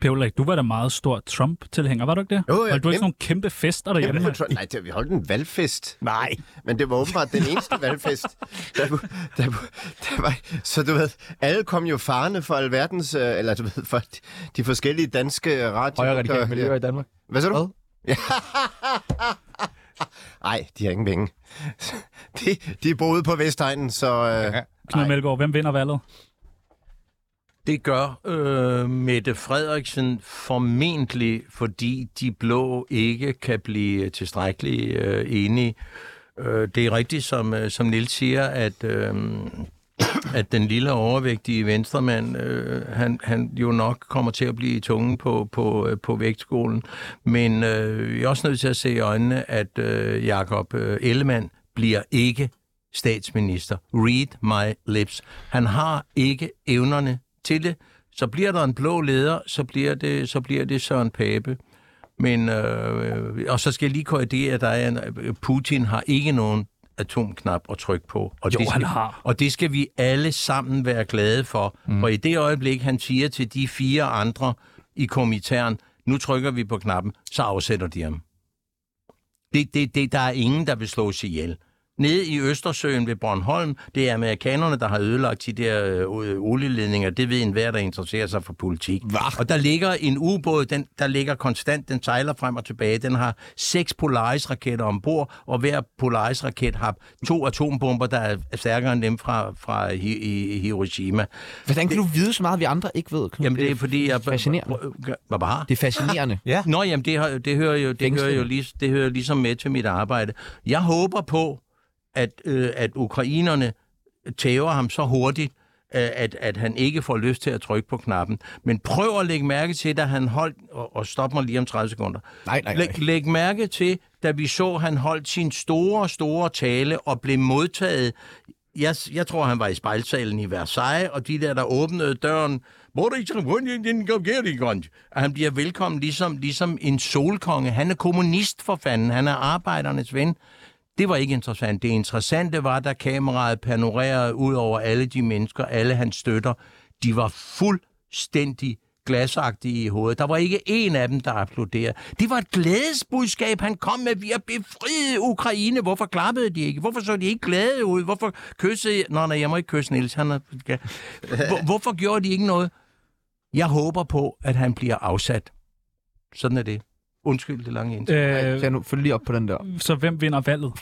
Speaker 2: Pevlak, du var da meget stor Trump-tilhænger, var du ikke det?
Speaker 5: Jo, ja,
Speaker 2: Holdt du ikke
Speaker 5: kæmpe-
Speaker 2: sådan nogle kæmpe fester derhjemme?
Speaker 5: Jamen, nej, det, vi holdt en valgfest.
Speaker 3: Nej.
Speaker 5: Men det var åbenbart den eneste valgfest. Der, der, der, der var, så du ved, alle kom jo farne for alverdens, øh, eller du ved, for de, de forskellige danske radio.
Speaker 1: radikale
Speaker 5: der-
Speaker 1: miljøer i Danmark.
Speaker 5: Hvad så du? Nej, de har ingen penge. De, de boede på Vestegnen, så... Øh,
Speaker 2: Knud Melgaard, hvem vinder valget?
Speaker 4: Det gør øh, Mette Frederiksen formentlig, fordi de blå ikke kan blive tilstrækkeligt øh, enige. Øh, det er rigtigt, som, øh, som Nils siger, at, øh, at den lille overvægtige venstremand, øh, han, han jo nok kommer til at blive tungen på, på, øh, på vægtskolen. Men øh, jeg er også nødt til at se i øjnene, at øh, Jakob øh, Ellemann bliver ikke statsminister. Read my lips. Han har ikke evnerne til det. Så bliver der en blå leder, så bliver det, så bliver det Søren Pape. Men, øh, og så skal jeg lige korrigere dig, at øh, Putin har ikke nogen atomknap at trykke på. Og
Speaker 2: Jo,
Speaker 4: det skal,
Speaker 2: han har.
Speaker 4: Og det skal vi alle sammen være glade for. Mm. For i det øjeblik, han siger til de fire andre i komitæren, nu trykker vi på knappen, så afsætter de ham. Det, det, det, der er ingen, der vil slås ihjel. Nede i Østersøen ved Bornholm, det er amerikanerne, der har ødelagt de der øh, øh, olieledninger. Det ved enhver, der interesserer sig for politik. Hva? Og der ligger en ubåd, den, der ligger konstant, den sejler frem og tilbage. Den har seks Polaris-raketter ombord, og hver Polaris-raket har to atombomber, der er stærkere end dem fra, fra Hi- i- Hiroshima.
Speaker 1: Hvordan kan du vide så meget, vi andre ikke ved? Knud?
Speaker 4: Jamen, det er fordi, jeg...
Speaker 1: fascinerende.
Speaker 4: Hvad var?
Speaker 1: Det er fascinerende.
Speaker 3: Ja.
Speaker 4: Nå, jamen, det, har, det hører jo, det hører jo lige, det hører ligesom med til mit arbejde. Jeg håber på, at, øh, at ukrainerne tæver ham så hurtigt, øh, at, at han ikke får lyst til at trykke på knappen. Men prøv at lægge mærke til, da han holdt... Og, og stop mig lige om 30 sekunder.
Speaker 1: Nej, nej, nej.
Speaker 4: Læg, læg mærke til, da vi så, han holdt sin store, store tale og blev modtaget. Jeg, jeg tror, han var i spejlsalen i Versailles, og de der, der åbnede døren, hvor det ikke han bliver velkommen ligesom, ligesom en solkonge. Han er kommunist for fanden, han er arbejdernes ven. Det var ikke interessant. Det interessante var, da kameraet panorerede ud over alle de mennesker, alle hans støtter. De var fuldstændig glasagtige i hovedet. Der var ikke en af dem, der applauderede. Det var et glædesbudskab, han kom med. Vi har befriet Ukraine. Hvorfor klappede de ikke? Hvorfor så de ikke glade ud? Hvorfor kyssede... Nå, nej, jeg må ikke kysse Niels. Han er... Hvor, hvorfor gjorde de ikke noget? Jeg håber på, at han bliver afsat. Sådan er det. Undskyld det lange indtryk.
Speaker 2: Øh,
Speaker 1: Jeg nu følg lige op på den der.
Speaker 2: så hvem vinder valget?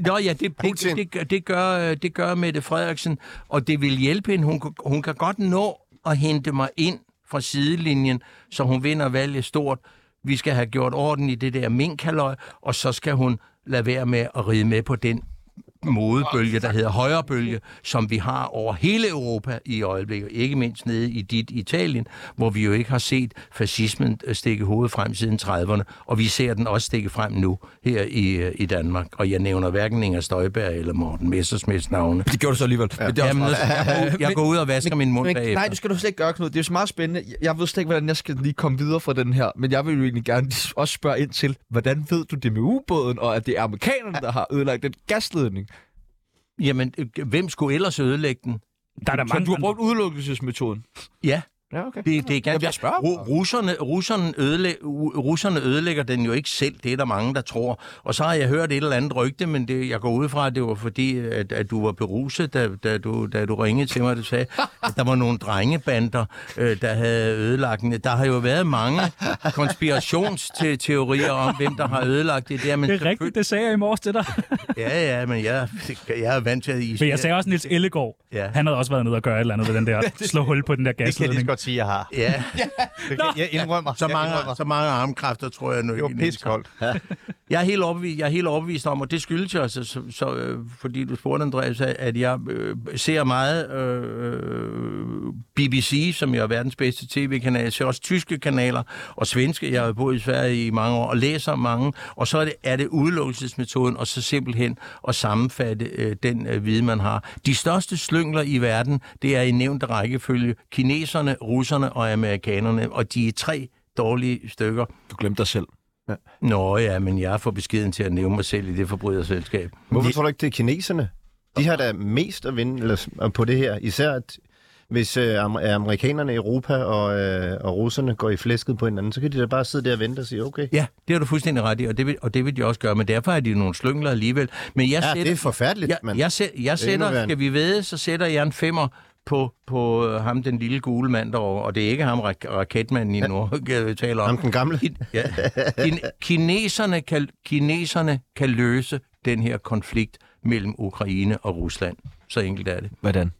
Speaker 4: Nå ja, det, det, det, det, gør- det, gør, øh, det gør Mette Frederiksen, og det vil hjælpe hende. Hun, kan- hun kan godt nå at hente mig ind fra sidelinjen, så hun vinder valget stort. Vi skal have gjort orden i det der minkaløj, og så skal hun lade være med at ride med på den modebølge, der hedder højrebølge, som vi har over hele Europa i øjeblikket, ikke mindst nede i dit Italien, hvor vi jo ikke har set fascismen øh, stikke hovedet frem siden 30'erne, og vi ser den også stikke frem nu her i, øh, i Danmark, og jeg nævner hverken Inger Støjberg eller Morten Messersmiths navne.
Speaker 1: Det gjorde du så alligevel. Ja. Men det er også
Speaker 4: Jamen,
Speaker 1: meget-
Speaker 4: jeg, jeg går ud og vasker min mund
Speaker 1: Men, nej,
Speaker 4: bagefter.
Speaker 1: du skal du slet ikke gøre, Knud. Det er jo så meget spændende. Jeg ved slet ikke, hvordan jeg skal lige komme videre fra den her. Men jeg vil jo egentlig gerne også spørge ind til, hvordan ved du det med ubåden, og at det er amerikanerne, der har ødelagt den gasledning?
Speaker 4: Jamen, øh, hvem skulle ellers ødelægge den?
Speaker 2: Der er der
Speaker 1: Så
Speaker 2: mange
Speaker 1: du har brugt udelukkelsesmetoden.
Speaker 4: Ja,
Speaker 1: Ja, okay.
Speaker 4: Det, det er ganske...
Speaker 1: Jamen, jeg spørger
Speaker 4: Ru- russerne, russerne, ødelæg, u- russerne ødelægger den jo ikke selv, det er der mange, der tror. Og så har jeg hørt et eller andet rygte, men det, jeg går ud fra, at det var fordi, at, at du var beruset, da, da, du, da du ringede til mig, og du sagde, at der var nogle drengebander, øh, der havde ødelagt den. Der har jo været mange konspirationsteorier om, hvem der har ødelagt det der. Men
Speaker 2: Det er rigtigt, det sagde jeg i morges til dig.
Speaker 4: Ja, ja, men jeg, jeg er vant til at... I,
Speaker 2: Men jeg sagde også Nils Ellegaard.
Speaker 4: Ja.
Speaker 2: Han havde også været nede og gøre et eller andet ved den der, slå hul på den der
Speaker 3: Det kan jeg lige så
Speaker 2: gasledning.
Speaker 3: godt sige, jeg har.
Speaker 4: Ja,
Speaker 3: Det kan- Jeg indrømmer.
Speaker 4: så
Speaker 3: jeg
Speaker 4: mange,
Speaker 3: indrømmer.
Speaker 4: så mange armkræfter, tror jeg nu.
Speaker 3: Det var
Speaker 4: ikke,
Speaker 3: pissekoldt.
Speaker 4: Jeg er helt overbevist, jeg er helt overbevist om, og det skyldes jeg altså, så, så, øh, fordi du spurgte, Andreas, at at jeg øh, ser meget øh, BBC, som jo er verdens bedste tv-kanal. Jeg ser også tyske kanaler og svenske. Jeg har jo boet i Sverige i mange år og læser mange. Og så er det, er det udelukkelsesmetoden, og så simpelthen at sammenfatte øh, den øh, viden, man har. De største slyngler i verden, det er i nævnte rækkefølge kineserne, russerne og amerikanerne, og de er tre dårlige stykker.
Speaker 1: Du glemte dig selv.
Speaker 4: Nå ja, men jeg er for beskeden til at nævne mig selv i det forbryderselskab.
Speaker 5: Hvorfor tror du ikke, det er kineserne? De har da mest at vinde eller, s- på det her. Især at hvis øh, amer- amerikanerne, Europa og, øh, og russerne går i flæsket på hinanden, så kan de da bare sidde der og vente og sige, okay.
Speaker 4: Ja, det har du fuldstændig ret i, og det vil, og det vil de også gøre, men derfor er de nogle slyngler alligevel. Men
Speaker 5: Ja,
Speaker 4: jeg sætter,
Speaker 5: det er forfærdeligt,
Speaker 4: jeg,
Speaker 5: mand.
Speaker 4: jeg, sæt, jeg
Speaker 5: Det er endnu
Speaker 4: sætter,
Speaker 5: værre.
Speaker 4: skal vi vide, så sætter jeg en femmer på, på øh, ham, den lille gule mand derovre, og det er ikke ham, rak- raketmanden i Nord, jeg taler om.
Speaker 5: Ham den gamle.
Speaker 4: Kin- ja. Kin- kineserne, kan, kineserne kan løse den her konflikt mellem Ukraine og Rusland. Så enkelt er det.
Speaker 1: Hvordan?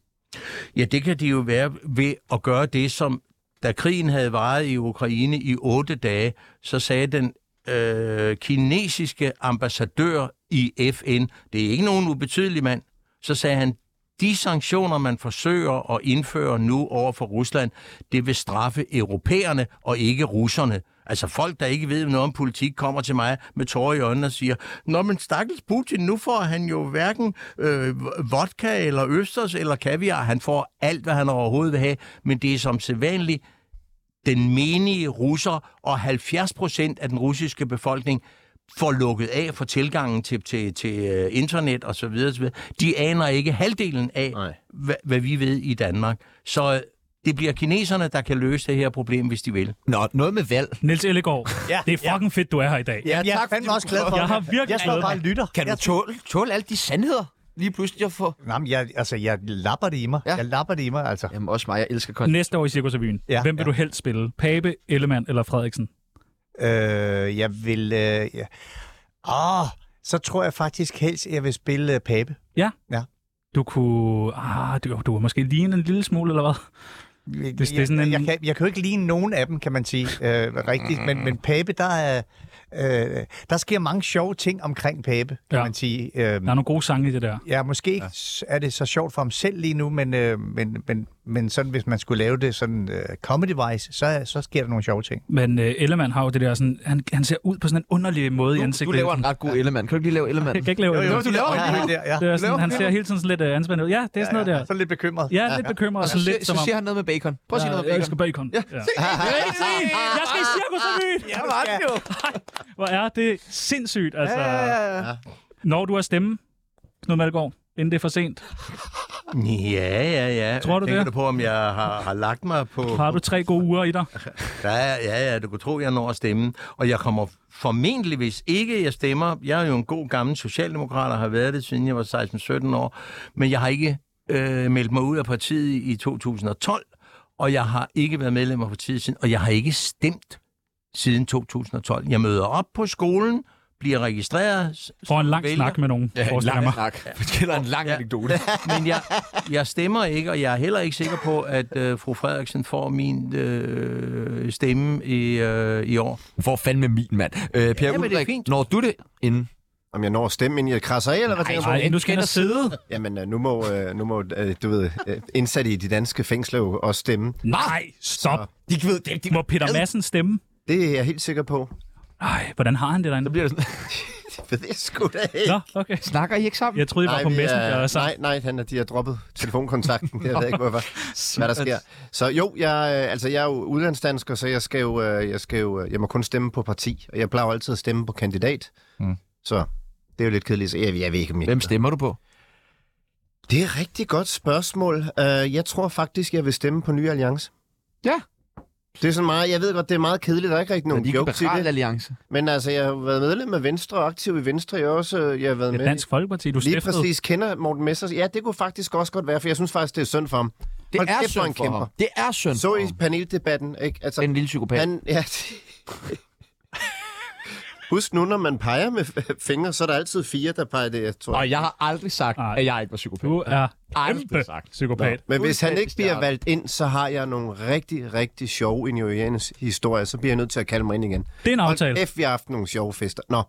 Speaker 4: Ja, det kan de jo være ved at gøre det, som da krigen havde varet i Ukraine i otte dage, så sagde den øh, kinesiske ambassadør i FN, det er ikke nogen ubetydelig mand, så sagde han, de sanktioner, man forsøger at indføre nu over for Rusland, det vil straffe europæerne og ikke russerne. Altså folk, der ikke ved noget om politik, kommer til mig med tårer i øjnene og siger, Nå, men stakkels Putin, nu får han jo hverken øh, vodka eller østers eller kaviar. Han får alt, hvad han overhovedet vil have, men det er som sædvanligt den menige russer, og 70 procent af den russiske befolkning får lukket af for tilgangen til, til, til øh, internet og så videre, så videre. De aner ikke halvdelen af,
Speaker 5: Nej.
Speaker 4: hvad, hvad vi ved i Danmark. Så øh, det bliver kineserne, der kan løse det her problem, hvis de vil.
Speaker 1: Nå, noget med valg.
Speaker 2: Niels Ellegaard, det er fucking fedt, du er her i dag.
Speaker 3: Ja, jeg er fandme også glad for
Speaker 2: Jeg
Speaker 3: det.
Speaker 2: har virkelig
Speaker 3: Jeg står
Speaker 2: glædet
Speaker 3: bare og
Speaker 2: mig.
Speaker 3: lytter.
Speaker 1: Kan du
Speaker 3: jeg,
Speaker 1: tåle, tåle alle de sandheder? Lige pludselig at få...
Speaker 3: Jamen, jeg, altså, jeg lapper det i mig.
Speaker 1: Ja.
Speaker 3: Jeg lapper det i mig, altså.
Speaker 1: Jamen også mig, jeg elsker kun.
Speaker 2: Næste år i Cirkusrevyen,
Speaker 3: Ja,
Speaker 2: hvem vil
Speaker 3: ja.
Speaker 2: du helst spille? Pape, Ellemann eller Frederiksen?
Speaker 3: Øh, jeg vil... Øh, ja. Åh, så tror jeg faktisk helst, at jeg vil spille øh, Pape.
Speaker 2: Du kunne... Ah, du, du er måske lige en lille smule, eller hvad?
Speaker 3: Hvis
Speaker 2: det er sådan
Speaker 3: jeg,
Speaker 2: en-
Speaker 3: jeg, kan, jeg kan jo ikke ligne nogen af dem, kan man sige, øh, rigtigt. Men,
Speaker 2: Mm.
Speaker 3: men Pape, der er... Øh, der sker mange sjove ting omkring Pape, kan
Speaker 2: Ja.
Speaker 3: man sige. Øh,
Speaker 2: Der er nogle gode sange i det der.
Speaker 3: Ja, måske ikke ja. er det så sjovt for ham selv lige nu, men, øh, men, men, men sådan, hvis man skulle lave det sådan øh, comedy-wise, så, så sker der nogle sjove ting.
Speaker 2: Men uh, Ellemann har jo det der sådan... Han, han ser ud på sådan en underlig måde i
Speaker 1: Du,
Speaker 2: ansigtet.
Speaker 1: du laver en ret god element. Kan du ikke lige lave element?
Speaker 2: Jeg kan ikke lave det.
Speaker 1: du laver
Speaker 3: Ja,
Speaker 1: det.
Speaker 3: ja, ja.
Speaker 2: Det er
Speaker 1: laver
Speaker 2: sådan, han
Speaker 1: den.
Speaker 2: ser hele tiden sådan lidt uh, anspændt ud. Ja, det er sådan noget der.
Speaker 3: Så lidt bekymret.
Speaker 2: Ja, lidt bekymret.
Speaker 1: Og så,
Speaker 2: Sådan
Speaker 1: siger,
Speaker 2: lidt
Speaker 1: så
Speaker 2: som om...
Speaker 1: siger han noget med bacon. Prøv at sige noget med
Speaker 2: Jeg
Speaker 1: bacon.
Speaker 2: elsker bacon. Ja. Ja. Jeg skal i cirkusrevyen!
Speaker 1: Ja, var det jo.
Speaker 2: Hvor er det sindssygt, altså.
Speaker 1: Ja, ja, ja.
Speaker 2: Når du er stemme, Knud Malgaard, inden det er for sent,
Speaker 4: Ja, ja, ja.
Speaker 2: Tror du
Speaker 4: Tænker
Speaker 2: det?
Speaker 4: du på, om jeg har, har lagt mig på...
Speaker 2: har du tre gode uger i dig.
Speaker 4: Ja, ja, ja, du kunne tro, jeg når at stemme. Og jeg kommer formentlig, hvis ikke jeg stemmer... Jeg er jo en god gammel socialdemokrat og har været det, siden jeg var 16-17 år. Men jeg har ikke øh, meldt mig ud af partiet i 2012, og jeg har ikke været medlem af partiet siden, og jeg har ikke stemt siden 2012. Jeg møder op på skolen, bliver registreret... s-
Speaker 2: Får en lang
Speaker 4: vælger.
Speaker 2: snak med nogen, ja, forestiller jeg mig.
Speaker 1: snak. Fortæller en lang
Speaker 4: Ja.
Speaker 1: anekdote.
Speaker 4: Men jeg, jeg stemmer ikke, og jeg er heller ikke sikker på, at øh, fru Frederiksen får min øh, stemme i, øh, i år.
Speaker 1: Hvor fandme min mand. Øh, per ja,
Speaker 4: men det er
Speaker 1: Ulrik,
Speaker 4: fint.
Speaker 1: når du det inden?
Speaker 5: Om jeg når at stemme, inden jeg krasser af, eller hvad tænker du?
Speaker 2: Nej, nu skal jeg sidde.
Speaker 5: Jamen, øh, nu må, øh, nu må øh, du ved, øh, indsatte i de danske fængsler jo også stemme.
Speaker 2: Nej, stop.
Speaker 1: De ved det. De...
Speaker 2: Må Peter Madsen stemme?
Speaker 5: Det er jeg helt sikker på.
Speaker 2: Nej, hvordan har han det derinde?
Speaker 1: Bliver det sådan,
Speaker 5: Det ved jeg sgu da ikke.
Speaker 2: Nå, okay.
Speaker 1: snakker I ikke sammen?
Speaker 2: Jeg troede, I var på
Speaker 5: vi
Speaker 2: Messenger og
Speaker 5: er,
Speaker 2: så.
Speaker 5: nej, nej, han er, de har droppet telefonkontakten. Jeg ved ikke, hvorfor, hvad der sker. Så jo, jeg, øh, altså, jeg er jo udlandsdansker, så jeg, skal jo, øh, jeg, skal jo, øh, jeg må kun stemme på parti. Og jeg plejer jo altid at stemme på kandidat.
Speaker 3: Mm.
Speaker 5: Så det er jo lidt kedeligt. Så Jeg, jeg ved ikke, om jeg...
Speaker 1: Hvem stemmer du på?
Speaker 5: Det er et rigtig godt spørgsmål. Uh, jeg tror faktisk, jeg vil stemme på Nye Alliance.
Speaker 1: Ja.
Speaker 5: Det er sådan meget, jeg ved godt, det er meget kedeligt, der er ikke rigtig nogen
Speaker 1: Nogle
Speaker 5: jokes i
Speaker 1: liberale
Speaker 5: det.
Speaker 1: alliance.
Speaker 5: Men altså, jeg har jo været medlem af Venstre og aktiv i Venstre. Jeg har også øh, jeg har været
Speaker 2: Det
Speaker 5: med
Speaker 2: er Dansk Folkeparti, du
Speaker 5: Lige
Speaker 2: stiftede.
Speaker 5: præcis kender Morten Messers. Ja, det kunne faktisk også godt være, for jeg synes faktisk, det er synd for ham.
Speaker 1: Det
Speaker 5: Hold
Speaker 1: er
Speaker 5: kæft,
Speaker 1: synd
Speaker 5: hvor han
Speaker 1: for ham.
Speaker 5: kæmper.
Speaker 1: Det er synd
Speaker 5: Så
Speaker 1: for
Speaker 5: i
Speaker 1: ham.
Speaker 5: paneldebatten, ikke? Altså,
Speaker 1: Den lille psykopat. Han...
Speaker 5: han, ja, Husk nu, når man peger med f- fingre, så er der altid fire, der peger det, jeg tror.
Speaker 1: Og jeg har aldrig sagt,
Speaker 2: Nej.
Speaker 1: at jeg ikke var psykopat.
Speaker 2: Du er
Speaker 1: Ej, det
Speaker 2: kæmpe
Speaker 1: blev sagt.
Speaker 2: psykopat.
Speaker 5: Men hvis han
Speaker 1: Fuldstændig
Speaker 5: ikke bliver
Speaker 1: stjerne.
Speaker 5: valgt ind, så har jeg nogle rigtig, rigtig sjove i New Orleans historier. Så bliver jeg nødt til at kalde mig ind igen.
Speaker 2: Det er en aftale.
Speaker 5: Hold F, vi har haft nogle sjove fester. Nå,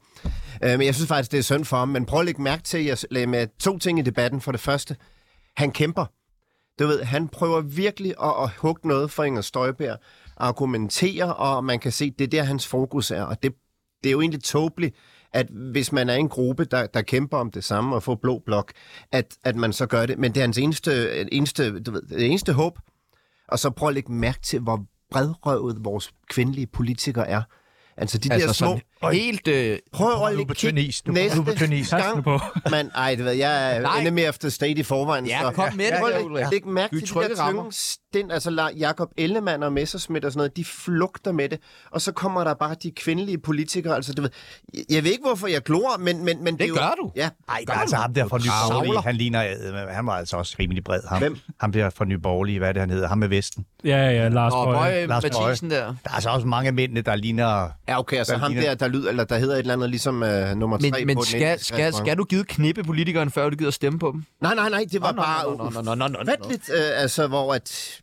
Speaker 5: øh, men jeg synes faktisk, det er synd for ham. Men prøv at lægge mærke til, at jeg lagde med to ting i debatten. For det første, han kæmper. Du ved, han prøver virkelig at, at hugge noget for Inger Støjberg, argumentere, og man kan se, det er der, hans fokus er. Og det, det er jo egentlig tåbeligt, at hvis man er en gruppe, der, der kæmper om det samme og får blå blok, at, at man så gør det. Men det er hans eneste, eneste, du ved, det eneste håb. Og så prøv at lægge mærke til, hvor bredrøvet vores kvindelige politikere er. Altså de altså, der
Speaker 1: Altså
Speaker 5: små...
Speaker 1: sådan helt... Øh,
Speaker 5: Prøv at
Speaker 3: Du er
Speaker 5: lægge
Speaker 3: på tynd is. Du
Speaker 5: næste
Speaker 3: du er på tynd is.
Speaker 2: Pas nu
Speaker 5: gang.
Speaker 2: på.
Speaker 5: Men ej, det ved jeg,
Speaker 1: Nej.
Speaker 5: er inde mere efter state i forvejen.
Speaker 1: Ja,
Speaker 5: så-
Speaker 1: kom med det,
Speaker 5: Prøv at
Speaker 1: Per
Speaker 5: lægge-
Speaker 1: Ulrik.
Speaker 5: Læg mærke
Speaker 1: Vi
Speaker 5: til de
Speaker 1: trykker
Speaker 5: der
Speaker 1: rammer.
Speaker 5: tynge sten, altså la- Jakob Ellemann og Messersmith og sådan noget, de flugter med det, og så kommer der bare de kvindelige politikere, altså du ved, jeg- jeg ved ikke, hvorfor jeg glor, men, men, men det, er jo-
Speaker 1: gør du.
Speaker 5: Ja,
Speaker 3: Ej, der er altså ham der fra Nye
Speaker 1: savler.
Speaker 3: Borgerlige. Han ligner, øh, han var altså også rimelig bred. Ham,
Speaker 5: Hvem?
Speaker 3: ham der fra Nye Borgerlige, hvad er det, han hedder? Ham med Vesten.
Speaker 2: Ja, ja, Lars
Speaker 1: og
Speaker 2: Bøje.
Speaker 1: Bøje
Speaker 3: Lars Bøje.
Speaker 1: Mathisen der.
Speaker 3: Der er altså også mange af mændene, der ligner...
Speaker 5: ja okay, og så
Speaker 3: Hvad
Speaker 5: ham
Speaker 3: ligner-
Speaker 5: der, der, lyder, eller der hedder et eller andet, ligesom øh, nummer tre
Speaker 1: Men, men
Speaker 5: på den
Speaker 1: skal,
Speaker 5: indiske
Speaker 1: skal,
Speaker 5: restaurant.
Speaker 1: skal du gide knippe politikeren, før du gider stemme på dem?
Speaker 5: Nej, nej, nej, det var bare
Speaker 1: nå, nå, nå, nå, nå, nå.
Speaker 5: ufatteligt, øh, altså hvor at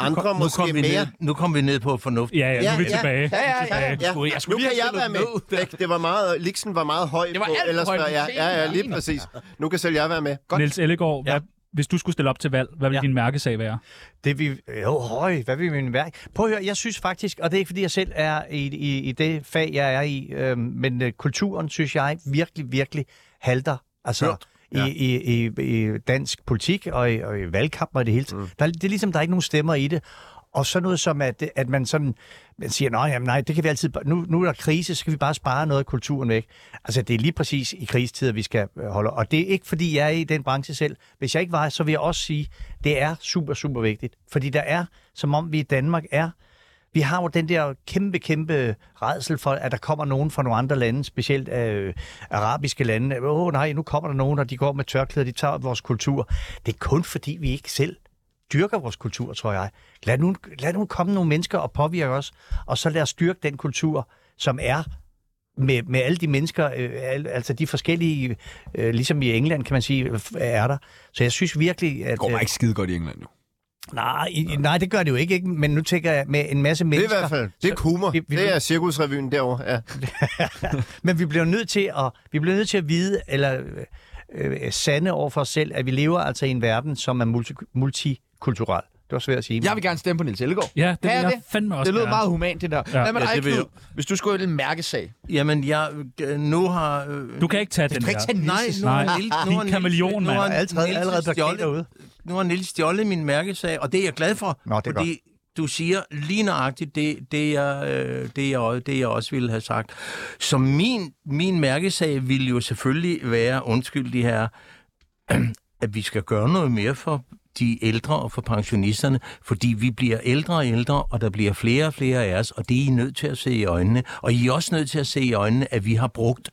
Speaker 5: andre
Speaker 4: Kom-
Speaker 5: måske
Speaker 4: kom vi
Speaker 5: mere...
Speaker 4: Ned, nu kom vi ned på fornuft.
Speaker 2: Ja, ja, nu er vi
Speaker 5: Ja, ja.
Speaker 2: tilbage.
Speaker 1: Ja, ja, ja.
Speaker 2: Tilbage.
Speaker 5: Ja,
Speaker 1: Skulle- jeg skulle
Speaker 5: nu
Speaker 1: lige
Speaker 5: kan jeg
Speaker 1: have
Speaker 5: være
Speaker 1: stillet noget
Speaker 5: med. Ikke? Det var meget, Liksen var meget høj
Speaker 1: Det var
Speaker 5: på,
Speaker 1: alt for
Speaker 5: ellers
Speaker 1: højt
Speaker 5: var
Speaker 1: på
Speaker 5: jeg, ja, ja, lige
Speaker 1: scenen.
Speaker 5: præcis. Nu kan selv jeg være med.
Speaker 1: Godt.
Speaker 2: Niels Ellegaard, hvad, hvis du skulle stille op til valg, hvad ville
Speaker 3: Ja.
Speaker 2: din mærkesag være?
Speaker 3: Det vi... Jo, høj, hvad vil min værk? Prøv at høre, jeg synes faktisk, og det er ikke fordi, jeg selv er i, i, i det fag, jeg er i, øh, men øh, kulturen, synes jeg, virkelig, virkelig halter. Altså, ja. i, i, i, i dansk politik og i, og i valgkampen og i det hele taget. Mm. Der, er- det er ligesom, der er ikke nogen stemmer i det. Og sådan noget som, at, at man sådan man siger, nej, jamen, nej, det kan vi altid, bare- nu, nu er der krise, så kan vi bare spare noget af kulturen væk. Altså, det er lige præcis i krisetider, vi skal øh, holde. Og det er ikke, fordi jeg er i den branche selv. Hvis jeg ikke var, så vil jeg også sige, det er super, super vigtigt. Fordi der er, som om vi i Danmark er, vi har jo den der kæmpe, kæmpe redsel for, at der kommer nogen fra nogle andre lande, specielt øh, arabiske lande. Åh oh, nej, nu kommer der nogen, og de går med tørklæder, de tager vores kultur. Det er kun fordi, vi ikke selv dyrker vores kultur, tror jeg. Lad nu, lad nu komme nogle mennesker og påvirke os, og så lad os styrke den kultur, som er med, med alle de mennesker, øh, al, altså de forskellige, øh, ligesom i England, kan man sige, f- er der. Så jeg synes virkelig, at... øh,
Speaker 1: skide godt i England, jo.
Speaker 3: nej, i- nej, det gør det jo ikke, ikke, men nu tænker jeg med en masse
Speaker 5: Det er i
Speaker 3: mennesker...
Speaker 5: hvert fald, det er humor.
Speaker 3: Vi- vi-
Speaker 5: Det er cirkusrevyen derovre. Ja.
Speaker 3: Men vi bliver nødt til at, vi bliver nødt til at vide, eller øh, øh, sande over for os selv, at vi lever altså i en verden, som er multi, multikulturel. Det var svært at sige.
Speaker 1: Jeg vil gerne stemme på Niels Ellegaard.
Speaker 2: Ja, det
Speaker 1: Kan
Speaker 2: vil
Speaker 1: jeg
Speaker 2: jeg fandme også
Speaker 1: Det lød
Speaker 2: gerne.
Speaker 1: meget humant, det der.
Speaker 2: Ja.
Speaker 1: Hvad med
Speaker 4: Ja,
Speaker 1: dig,
Speaker 4: det vil
Speaker 1: Knud? Hvis du skulle have en lille mærkesag.
Speaker 4: Jamen, jeg, øh, nu har... Øh,
Speaker 2: Du kan ikke tage den
Speaker 1: kan ikke
Speaker 2: her.
Speaker 1: tage
Speaker 4: Nej, nu
Speaker 2: Nej.
Speaker 4: har Niels, nu
Speaker 2: Din
Speaker 4: har Niels-
Speaker 2: kameleon,
Speaker 4: nu
Speaker 2: mand.
Speaker 4: har
Speaker 3: allerede,
Speaker 4: Niels
Speaker 3: allerede plakat
Speaker 4: stjålet-
Speaker 3: derude.
Speaker 4: Nu har Niels stjålet min mærkesag, og det er jeg glad for.
Speaker 3: Nå, det er
Speaker 4: fordi du siger lige nøjagtigt det, det, jeg, øh, det, jeg, også- det, jeg også ville have sagt. Så min, min mærkesag ville jo selvfølgelig være, undskyld de her, at vi skal gøre noget mere for de ældre og for pensionisterne, fordi vi bliver ældre og ældre, og der bliver flere og flere af os, og det er I nødt til at se i øjnene. Og I er også nødt til at se i øjnene, at vi har brugt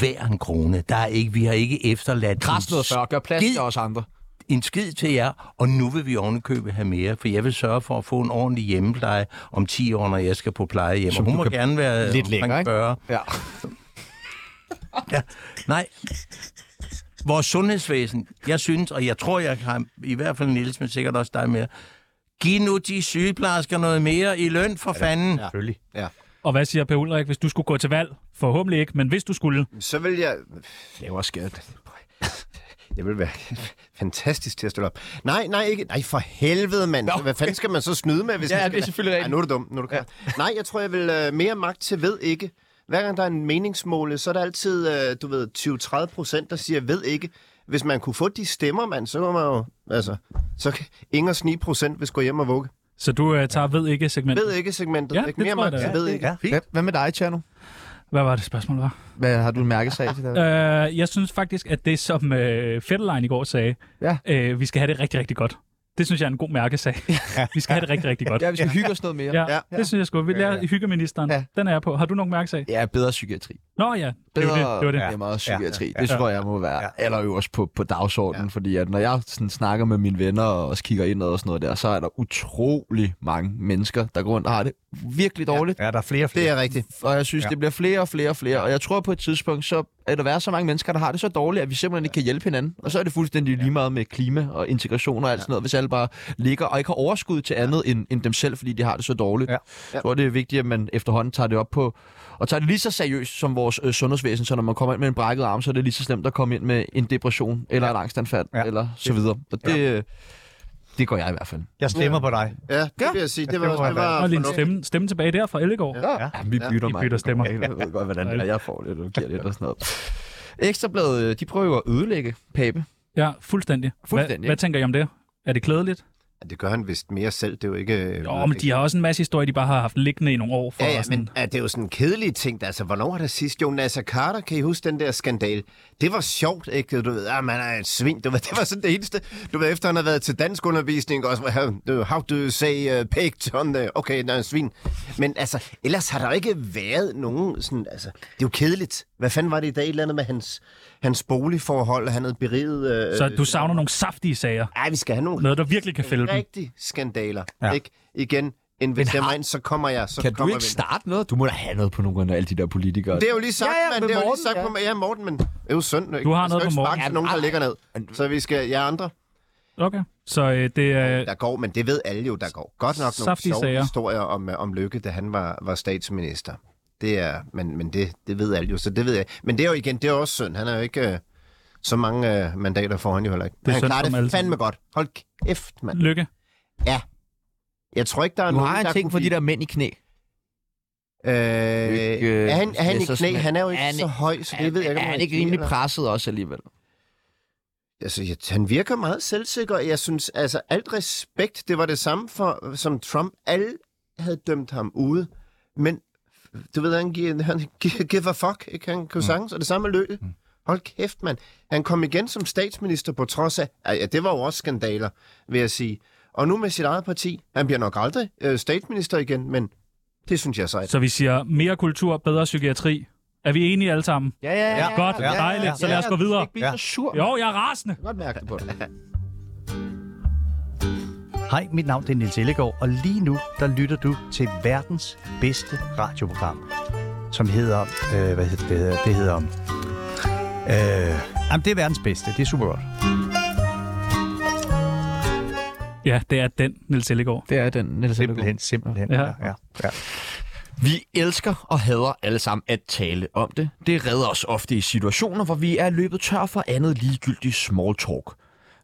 Speaker 4: hver en krone. Der er ikke, vi har ikke efterladt... en
Speaker 1: Kras noget før, gør plads
Speaker 4: skid
Speaker 1: til os andre.
Speaker 4: en skid til jer, og nu vil vi ovenikøbe have mere, for jeg vil sørge for at få en ordentlig hjemmepleje om 10 år, når jeg skal på plejehjem. Og hun må gerne være
Speaker 1: Lidt
Speaker 4: omkring
Speaker 1: længere, ikke?
Speaker 4: 40.
Speaker 1: Ja.
Speaker 4: Ja. Nej. Vores sundhedsvæsen, jeg synes, og jeg tror, jeg har, i hvert fald Niels, men sikkert også dig mere, giv nu de sygeplejersker noget mere i løn for fanden. Ja.
Speaker 3: Selvfølgelig.
Speaker 2: Og hvad siger Per Ulrik, hvis du skulle gå til valg? Forhåbentlig ikke, men hvis du skulle.
Speaker 5: Så vil jeg...
Speaker 1: Lavere skat.
Speaker 5: Jeg vil være fantastisk til at stille op. Nej, nej, ikke. Nej, for helvede, mand. Hvad fanden skal man så snyde med, hvis
Speaker 1: Ja,
Speaker 5: man skal
Speaker 1: det er selvfølgelig rigtigt.
Speaker 5: Ej, nu er du dum. Nu er du ja. Nej, jeg tror, jeg vil øh, mere magt til ved ikke. Hver gang der er en meningsmåle, så er der altid, øh, du ved, 20-30 procent, der siger ved ikke. Hvis man kunne få de stemmer, mand, så kunne man jo... Altså, så kan ingen og sni procent, hvis gå hjem og vugge.
Speaker 2: Så du øh, tager ved ikke segmentet.
Speaker 5: Ved ikke segmentet.
Speaker 2: Ja,
Speaker 5: ikke?
Speaker 2: det
Speaker 5: Mere
Speaker 2: tror jeg
Speaker 5: magt
Speaker 2: da.
Speaker 5: til ved ikke.
Speaker 8: Ja. Hvad, hvad med dig, Tjerno?
Speaker 2: Hvad var det spørgsmål var?
Speaker 8: Hvad har du en mærkesag til dig?
Speaker 2: Øh, jeg synes faktisk, at det som øh, Fetterlein i går sagde,
Speaker 8: Ja.
Speaker 2: øh, vi skal have det rigtig, rigtig godt. Det synes jeg er en god mærkesag. vi skal have det rigtig, rigtig godt.
Speaker 8: Ja, vi skal hygge os noget mere.
Speaker 2: Ja, ja, det synes jeg sgu. Vi lærer hyggeministeren.
Speaker 8: Ja.
Speaker 2: Den er jeg på. Har du nogen mærkesag?
Speaker 8: Ja, bedre psykiatri.
Speaker 2: Nå ja, det
Speaker 8: bedre,
Speaker 2: var det. det, var det.
Speaker 8: er
Speaker 2: Ja.
Speaker 8: meget psykiatri. Ja, ja, ja. Det tror jeg må være ja. allerøverst på, på dagsordenen, ja. fordi at når jeg sådan snakker med mine venner og også kigger indad og sådan noget der, så er der utrolig mange mennesker, der går rundt og har det virkelig dårligt.
Speaker 3: Ja, der er flere og flere.
Speaker 5: Det er rigtigt.
Speaker 8: Og jeg synes, ja. det bliver flere og flere og flere. Og jeg tror på et tidspunkt, så er der være så mange mennesker, der har det så dårligt, at vi simpelthen ikke kan hjælpe hinanden. Og så er det fuldstændig lige meget med klima og integration og alt sådan noget, hvis alle bare ligger og ikke har overskud til andet end, end dem selv, fordi de har det så dårligt.
Speaker 3: Ja.
Speaker 8: Jeg tror, det er vigtigt, at man efterhånden tager det op på, og tager det lige så seriøst som vores øh, sundhedsvæsen, så når man kommer ind med en brækket arm, så er det lige så slemt at komme ind med en depression, eller ja. et angstanfald, ja.
Speaker 3: Ja.
Speaker 8: eller så videre. Og det, ja. det gør jeg i hvert fald.
Speaker 3: Jeg stemmer på dig.
Speaker 5: Ja, det vil jeg sige. Det var,
Speaker 3: Det
Speaker 5: det
Speaker 3: må
Speaker 5: var,
Speaker 3: være.
Speaker 2: Og lige en
Speaker 5: fornuftigt.
Speaker 2: stemme, stemme tilbage der fra Ellegaard. Ja.
Speaker 8: Ja, vi bytter,
Speaker 2: I
Speaker 8: mig.
Speaker 2: bytter stemmer.
Speaker 8: Jeg ved godt, hvordan det er. Jeg får lidt og giver lidt og sådan noget. Ekstrabladet, øh, de prøver jo at ødelægge Pape.
Speaker 2: ja, fuldstændig.
Speaker 8: Fuldstændig,
Speaker 2: Hvad,
Speaker 8: ikke?
Speaker 2: hvad tænker I om det? Er det klædeligt?
Speaker 5: Ja, det gør han vist mere selv. Det er jo ikke... øh,
Speaker 2: Jo, men de har også en masse historie, de bare har haft liggende i nogle år. For
Speaker 5: Ja, ja,
Speaker 2: sådan,
Speaker 5: men ja, det er jo sådan en kedelig ting. Altså, hvornår var det sidst? Jo, Nasser Carter, kan I huske den der skandal? Det var sjovt, ikke? Du ved, ah, man er et svin. Du ved, det var sådan det eneste. Du ved, efter han havde været til dansk undervisning, og så, how- how do you say uh, pig to on the... Okay, der er en svin. Men altså, ellers har der jo ikke været nogen sådan... Altså, det er jo kedeligt. Hvad fanden var det i dag? Et eller andet med hans, hans boligforhold, han havde beriget... Øh,
Speaker 2: så du savner nogle saftige sager.
Speaker 5: Ej, vi skal have nogle
Speaker 2: Noget, der virkelig kan fælde dem.
Speaker 5: rigtige skandaler, ja. ikke? Igen, inviter mig ind, så kommer jeg. Så
Speaker 1: Kan du
Speaker 5: kommer
Speaker 1: ikke
Speaker 5: vi.
Speaker 1: starte noget? Du må da have noget på nogle af alle de der politikere.
Speaker 5: Det er jo lige sagt,
Speaker 1: Ja,
Speaker 5: ja,
Speaker 1: ja,
Speaker 5: ja, mand.
Speaker 1: med
Speaker 5: Det er jo lige
Speaker 1: Morten,
Speaker 5: sagt
Speaker 1: ja.
Speaker 5: på mig. Ja, Morten, men det er jo synd. Ikke?
Speaker 2: Du har
Speaker 5: Man skal
Speaker 2: noget på
Speaker 5: jo ikke
Speaker 2: Morten.
Speaker 5: sparke til nogen, der ligger ned. Så vi skal... Jeg andre,
Speaker 2: Okay. Så øh, det er...
Speaker 5: der går, men det ved alle jo, der går. Godt nok nogle
Speaker 2: Saftige
Speaker 5: sjove
Speaker 2: sager.
Speaker 5: historier om, øh, om Lykke, da han var, var statsminister. Det er... Men, men det, det ved alle jo, så det ved jeg. Men det er jo igen, det er også synd. Han er jo ikke... Øh, så mange øh, mandater får han jo heller ikke.
Speaker 2: er
Speaker 5: Men han
Speaker 2: synd
Speaker 5: klarer
Speaker 2: for dem alle
Speaker 5: det fandme godt. Hold kæft, mand.
Speaker 2: Lykke.
Speaker 5: Jeg tror ikke, der er
Speaker 1: Du
Speaker 5: nogen,
Speaker 1: har
Speaker 5: der
Speaker 1: en ting
Speaker 5: kunne
Speaker 1: for de
Speaker 5: blive-
Speaker 1: der mænd i knæ.
Speaker 5: Øh,
Speaker 1: Lykke
Speaker 5: er han, er han i knæ?
Speaker 1: Messersmith.
Speaker 5: Han er jo ikke
Speaker 1: Er han-
Speaker 5: så høj, så det ved jeg ikke, om
Speaker 1: er
Speaker 5: i
Speaker 1: han ikke
Speaker 5: knæ
Speaker 1: rimelig
Speaker 5: eller-
Speaker 1: presset også alligevel?
Speaker 5: Altså, jeg, han virker meget selvsikker. Jeg synes, altså, alt respekt, det var det samme for, som Trump. Alle havde dømt ham ude, men du ved, han, gi- han gi- give a fuck, ikke? Han kunne sagtens, og det samme med Løkke. Hold kæft, mand. Han kom igen som statsminister på trods af, Ej, ja, det var jo også skandaler, vil jeg sige. Og nu med sit eget parti. Han bliver nok aldrig øh, statsminister igen, men det synes jeg er sejt.
Speaker 2: Så vi siger mere kultur, bedre psykiatri. Er vi enige alle sammen?
Speaker 1: Ja, ja, ja.
Speaker 2: Godt,
Speaker 3: ja, ja,
Speaker 2: dejligt. Så lad os gå
Speaker 1: Du skal
Speaker 2: videre.
Speaker 1: Ikke blive så sur.
Speaker 2: Jo, jeg er rasende.
Speaker 1: Godt mærke det på dig.
Speaker 3: Hej, mit navn er Nils Ellegaard, og lige nu der lytter du til verdens bedste radioprogram, som hedder... Øh, hvad hedder det? hedder- Det hedder... Øh, jamen, det er verdens bedste. Det er super godt.
Speaker 2: Ja, det er den, Niels Ellegaard.
Speaker 1: Det er den, Niels
Speaker 3: Simpelthen, simpelthen.
Speaker 2: Ja.
Speaker 3: Ja, ja, ja.
Speaker 1: Vi elsker og hader alle sammen at tale om det. Det redder os ofte i situationer, hvor vi er løbet tør for andet ligegyldigt small talk.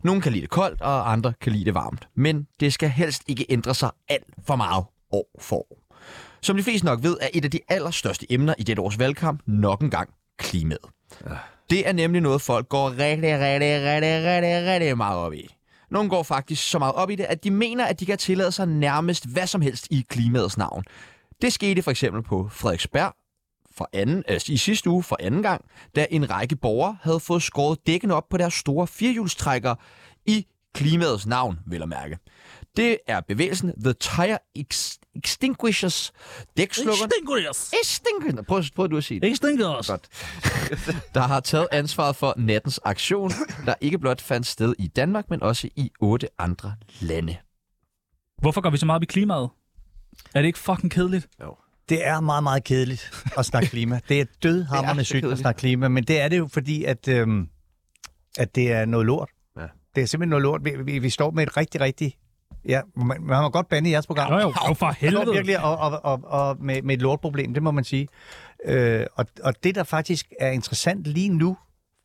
Speaker 1: Nogle kan lide det koldt, og andre kan lide det varmt. Men det skal helst ikke ændre sig alt for meget år for år. Som de fleste nok ved, er et af de allerstørste emner i dette års valgkamp nok engang klimaet. Det er nemlig noget, folk går rigtig, rigtig, rigtig, rigtig, rigtig meget op i. Nogle går faktisk så meget op i det, at de mener, at de kan tillade sig nærmest hvad som helst i klimaets navn. Det skete for eksempel på Frederiksberg for anden, altså i sidste uge for anden gang, da en række borgere havde fået skåret dækken op på deres store firehjulstrækker i klimaets navn, vil at mærke. Det er bevægelsen The Tire Ex- Extinguishers dækslukker.
Speaker 2: Extinguish!
Speaker 1: Extinguishers. Prøv, prøv du at sige det.
Speaker 2: Extinguish!
Speaker 1: der har taget ansvaret for nattens aktion, der ikke blot fandt sted i Danmark, men også i otte andre lande.
Speaker 2: Hvorfor går vi så meget op i klimaet? Er det ikke fucking kedeligt?
Speaker 3: Det er meget, meget kedeligt at snakke klima. Det er
Speaker 1: Det er
Speaker 3: dødhammerne
Speaker 1: så
Speaker 3: sygt at
Speaker 1: kedeligt.
Speaker 3: snakke klima, men det er det jo fordi, at, øhm, at det er noget lort. Ja. Det er simpelthen noget lort. Vi, vi, vi står med et rigtig, rigtig... Ja, man, man må godt bande i jeres program.
Speaker 2: Jo jo, jo for
Speaker 3: Jeg står
Speaker 2: helvede.
Speaker 3: virkelig og, og, og, og med, med et lortproblem, det må man sige. Øh, og, og det, der faktisk er interessant lige nu,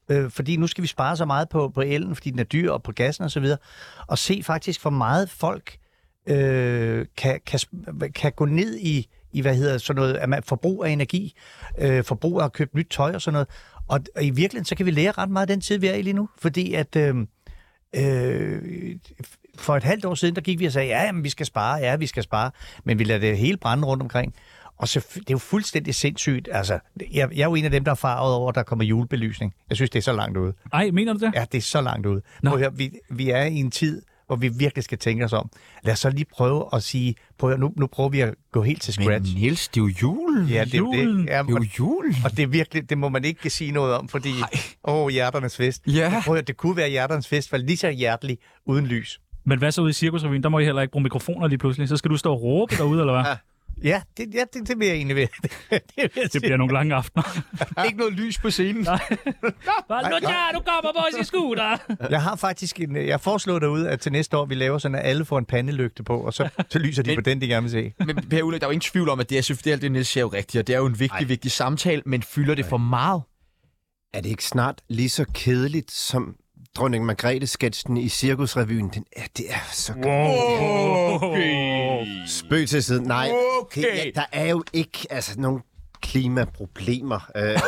Speaker 3: øh, fordi nu skal vi spare så meget på, på elen, fordi den er dyr, og på gassen osv., og, og se faktisk, hvor meget folk øh, kan, kan, sp- kan gå ned i, i hvad hedder sådan noget, at man, forbrug af energi, øh, forbrug af at købe nyt tøj og sådan noget. Og, og i virkeligheden, så kan vi lære ret meget af den tid, vi er i lige nu, fordi at... Øh, Øh, for et halvt år siden, der gik vi og sagde, ja, jamen, vi skal spare, ja, vi skal spare, men vi lader det hele brænde rundt omkring. Og så, det er jo fuldstændig sindssygt. Altså, jeg, jeg er jo en af dem, der er farvet over, at der kommer julebelysning. Jeg synes, det er så langt ude.
Speaker 2: Ej, mener du det?
Speaker 3: Ja, det er så langt ude.
Speaker 2: Nå.
Speaker 3: Prøv at høre, vi, vi er i en tid, hvor vi virkelig skal tænke os om. Lad os så lige prøve at sige, prøv at, høre, nu, nu prøver vi at gå helt til scratch.
Speaker 1: Niels, det er jo julen.
Speaker 3: ja, det er jo det.
Speaker 2: julen.
Speaker 3: Ja, og,
Speaker 1: julen.
Speaker 3: og det er virkelig, det må man ikke sige noget om, fordi, åh, oh, hjerternes fest.
Speaker 1: Ja.
Speaker 3: Prøv at, høre, det kunne være hjerternes fest, var lige så hjertelig uden lys.
Speaker 2: Men hvad så ude i cirkusrevyen? Der må I heller ikke bruge mikrofoner lige pludselig. Så skal du stå og råbe derude, eller hvad?
Speaker 3: Ja, det, ja, det, det vil jeg egentlig ved. det, vil jeg
Speaker 2: Det
Speaker 3: sige.
Speaker 2: bliver nogle lange aftener.
Speaker 1: Ikke noget lys på scenen.
Speaker 2: Bare, nu der, du kommer på os i skuter.
Speaker 3: Jeg har faktisk en, jeg foreslår derude, at til næste år, vi laver sådan, at alle får en pandelygte på, og så, så lyser de på den, de gerne vil se.
Speaker 1: Men Per Ulrik, der er jo ingen tvivl om, at det er selvfølgelig alt det, Niels siger er jo rigtigt, og det er jo en vigtig, Ej. vigtig samtale, men fylder det for meget?
Speaker 5: Er det ikke snart lige så kedeligt som dronning Margrethe-sketchen i Cirkusrevyen? Den er, det er så
Speaker 2: Okay.
Speaker 5: Spøg til siden. Nej,
Speaker 1: Okay.
Speaker 5: det, ja, der er jo ikke altså, nogen klimaproblemer. Øh, jeg vil-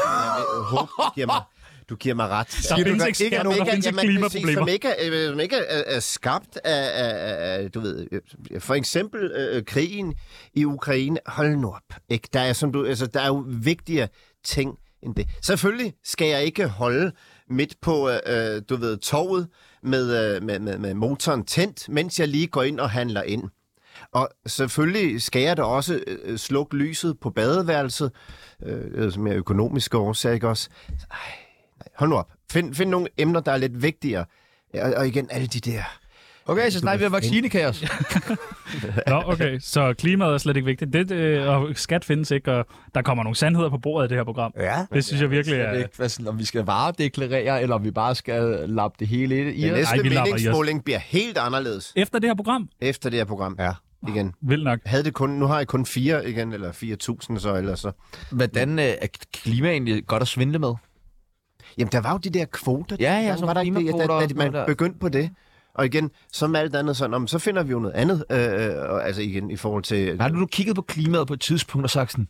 Speaker 5: håbe, du giver mig, du giver mig ret. Der
Speaker 2: findes ikke skatter, der findes ikke klimaproblemer.
Speaker 5: Som ikke, er, øh, som ikke er, er skabt af, af, af, af, du ved, øh, for eksempel øh, krigen i Ukraine. Hold nu op. Ikke? Der, er, som du, altså, der er jo vigtigere ting end det. Selvfølgelig skal jeg ikke holde midt på, øh, øh, du ved, toget med, øh, med, med, med motoren tændt, mens jeg lige går ind og handler ind. Og selvfølgelig skal jeg da også øh, slukke lyset på badeværelset, øh, som er økonomiske årsager, ikke også? Ej, nej, hold nu op. Find, find nogle emner, der er lidt vigtigere. Og, og igen, alle de der...
Speaker 1: Okay, så snakker vi om vaccinekaos.
Speaker 2: Nå, okay. Så klimaet er slet ikke vigtigt. Det, øh, og skat findes ikke, og der kommer nogle sandheder på bordet i det her program.
Speaker 3: Ja.
Speaker 2: Det synes jeg virkelig
Speaker 1: Jeg ved
Speaker 2: er...
Speaker 1: ikke, hvad sådan, om vi skal varedeklarere, eller om vi bare skal lappe det hele ind i.
Speaker 5: Den
Speaker 1: os.
Speaker 5: næste
Speaker 2: Ej,
Speaker 5: Ej,
Speaker 2: vi lapper i os.
Speaker 5: meningsmåling bliver helt anderledes
Speaker 2: Efter det her program?
Speaker 5: efter det her program.
Speaker 3: Ja.
Speaker 5: Igen.
Speaker 2: Vildt nok.
Speaker 5: Havde det kun, nu har jeg kun fire igen, eller 4.000 så, eller så.
Speaker 1: Hvordan øh, er klima egentlig godt at svindle med?
Speaker 5: Jamen, der var jo de der kvoter.
Speaker 1: Ja, ja,
Speaker 5: Der
Speaker 1: sådan
Speaker 5: var der ikke det,
Speaker 1: klimakvoter
Speaker 5: da,
Speaker 1: og
Speaker 5: da
Speaker 1: sådan
Speaker 5: man
Speaker 1: noget der.
Speaker 5: begyndte på det. Og igen, som alt andet, sådan, om, så finder vi jo noget andet. Øh, øh, og altså igen, i forhold til...
Speaker 1: Har du nu kigget på klimaet på et tidspunkt og sagt sådan,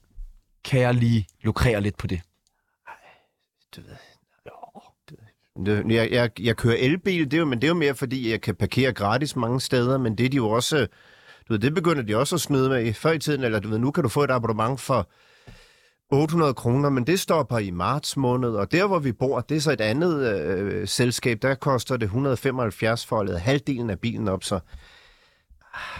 Speaker 1: kan jeg lige lukrere lidt på det?
Speaker 5: Det- Jeg, jeg, jeg kører elbil, det er jo, men det er jo mere, fordi jeg kan parkere gratis mange steder, men det er de jo også... Du ved, det begynder de også at snyde med i før i tiden, eller du ved, nu kan du få et abonnement for 800 kroner, men det stopper i marts måned, og der, hvor vi bor, det er så et andet øh, selskab, der koster det 175 for at lade halvdelen af bilen op, så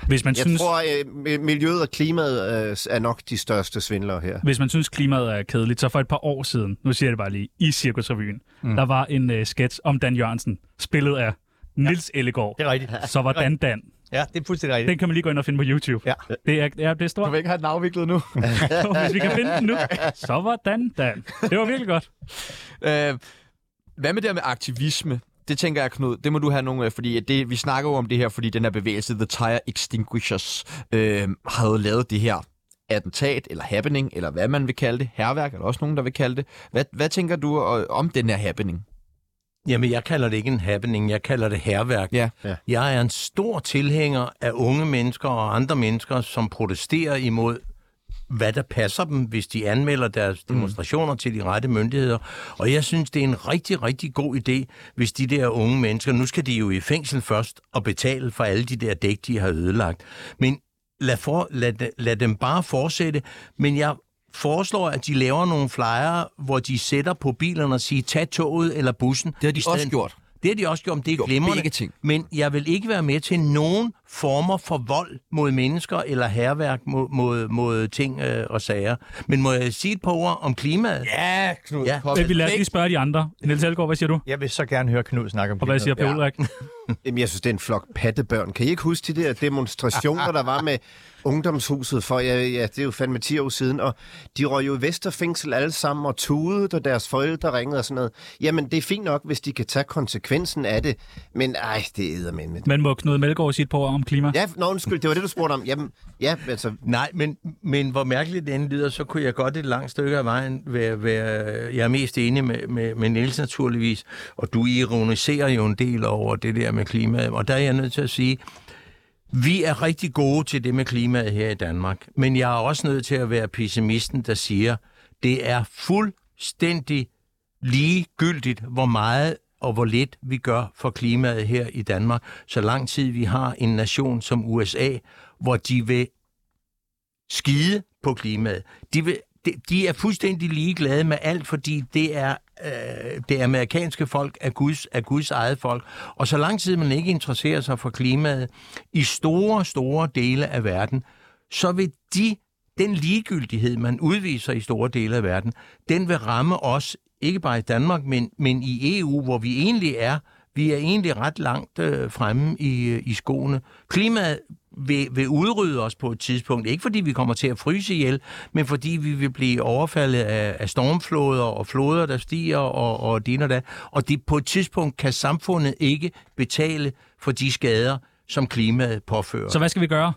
Speaker 2: Hvis man,
Speaker 5: jeg
Speaker 2: synes,
Speaker 5: tror, øh, miljøet og klimaet øh, er nok de største svindlere her.
Speaker 2: hvis man synes, klimaet er kedeligt, så for et par år siden, nu siger jeg det bare lige, i Cirkusrevyen, mm. der var en øh, sketch om Dan Jørgensen, spillet af Nils ja. Ellegaard.
Speaker 3: Det er rigtigt.
Speaker 2: Så var Dan Dan.
Speaker 3: Ja, det er fuldstændig rigtigt.
Speaker 2: Den kan man lige gå ind og finde på YouTube.
Speaker 3: Ja.
Speaker 2: Det er, ja, det er stort.
Speaker 1: Du vil ikke have den afviklet nu.
Speaker 2: Hvis vi kan finde den nu, så var Dan Dan. Det var virkelig godt.
Speaker 1: øh, hvad med det her med aktivisme? Det tænker jeg, Knud, det må du have nogle af, fordi det, vi snakker jo om det her, fordi den her bevægelse, The Tire Extinguishers, øh, havde lavet det her attentat, eller happening, eller hvad man vil kalde det, herværk, eller også nogen, der vil kalde det. Hvad, hvad tænker du øh, om den her happening?
Speaker 4: Jamen, jeg kalder det ikke en happening, jeg kalder det herværk.
Speaker 1: Ja.
Speaker 5: Ja.
Speaker 4: Jeg er en stor tilhænger af unge mennesker og andre mennesker, som protesterer imod hvad der passer dem, hvis de anmelder deres demonstrationer mm. til de rette myndigheder. Og jeg synes, det er en rigtig, rigtig god idé, hvis de der unge mennesker, nu skal de jo i fængsel først og betale for alle de der dæk, de har ødelagt. Men lad, for, lad, lad dem bare fortsætte. Men jeg foreslår, at de laver nogle flyer, hvor de sætter på bilerne og siger, tag toget eller bussen.
Speaker 8: Det har de
Speaker 4: i
Speaker 8: også gjort.
Speaker 4: Det har de også gjort, men det er
Speaker 8: Gjort
Speaker 4: glimrende.
Speaker 8: begge ting.
Speaker 4: Men jeg vil ikke være med til nogen former for vold mod mennesker eller herværk mod, mod, mod ting øh, og sager. Men må jeg sige et par ord om klimaet?
Speaker 8: Ja, Knud.
Speaker 4: Ja.
Speaker 8: kom.
Speaker 2: Men vi lader lige spørge de andre. Niels Elgaard, hvad siger du?
Speaker 3: Jeg vil så gerne høre Knud snakke om
Speaker 2: Og hvad siger Per
Speaker 5: Ja.
Speaker 2: Ulrik?
Speaker 5: Jamen, jeg synes, det er en flok pattebørn. Kan I ikke huske de der demonstrationer, der var med ungdomshuset for, ja, ja, det er jo fandme 10 år siden, og de røg jo i Vesterfængsel alle sammen og tudede, da deres forældre ringede og sådan noget. Jamen, det er fint nok, hvis de kan tage konsekvensen af det, men ej, det æder med.
Speaker 2: Men må Knud Melgaard sige et par ord om klima?
Speaker 5: Ja, nå, undskyld, det var det, du spurgte om. Jamen, ja, altså,
Speaker 4: Nej, men, men hvor mærkeligt det end lyder, så kunne jeg godt et langt stykke af vejen være, være jeg er mest enig med, med, med Niels naturligvis, og du ironiserer jo en del over det der med klimaet, og der er jeg nødt til at sige, vi er rigtig gode til det med klimaet her i Danmark, men jeg er også nødt til at være pessimisten, der siger, det er fuldstændig ligegyldigt, hvor meget og hvor lidt vi gør for klimaet her i Danmark, så lang tid vi har en nation som USA, hvor de vil skide på klimaet. De, vil, de, de er fuldstændig ligeglade med alt, fordi det er øh, det amerikanske folk er Guds, er Guds eget folk. Og så lang tid man ikke interesserer sig for klimaet i store, store dele af verden, så vil de, den ligegyldighed, man udviser i store dele af verden, den vil ramme os, ikke bare i Danmark, men, men i EU, hvor vi egentlig er. Vi er egentlig ret langt øh, fremme i, øh, i skoene. Klimaet vil, vil udrydde os på et tidspunkt. Ikke fordi vi kommer til at fryse ihjel, men fordi vi vil blive overfaldet af, af stormfloder og floder, der stiger og, og det ene og det andet. Og det, på et tidspunkt kan samfundet ikke betale for de skader, som klimaet påfører.
Speaker 2: Så hvad skal vi gøre?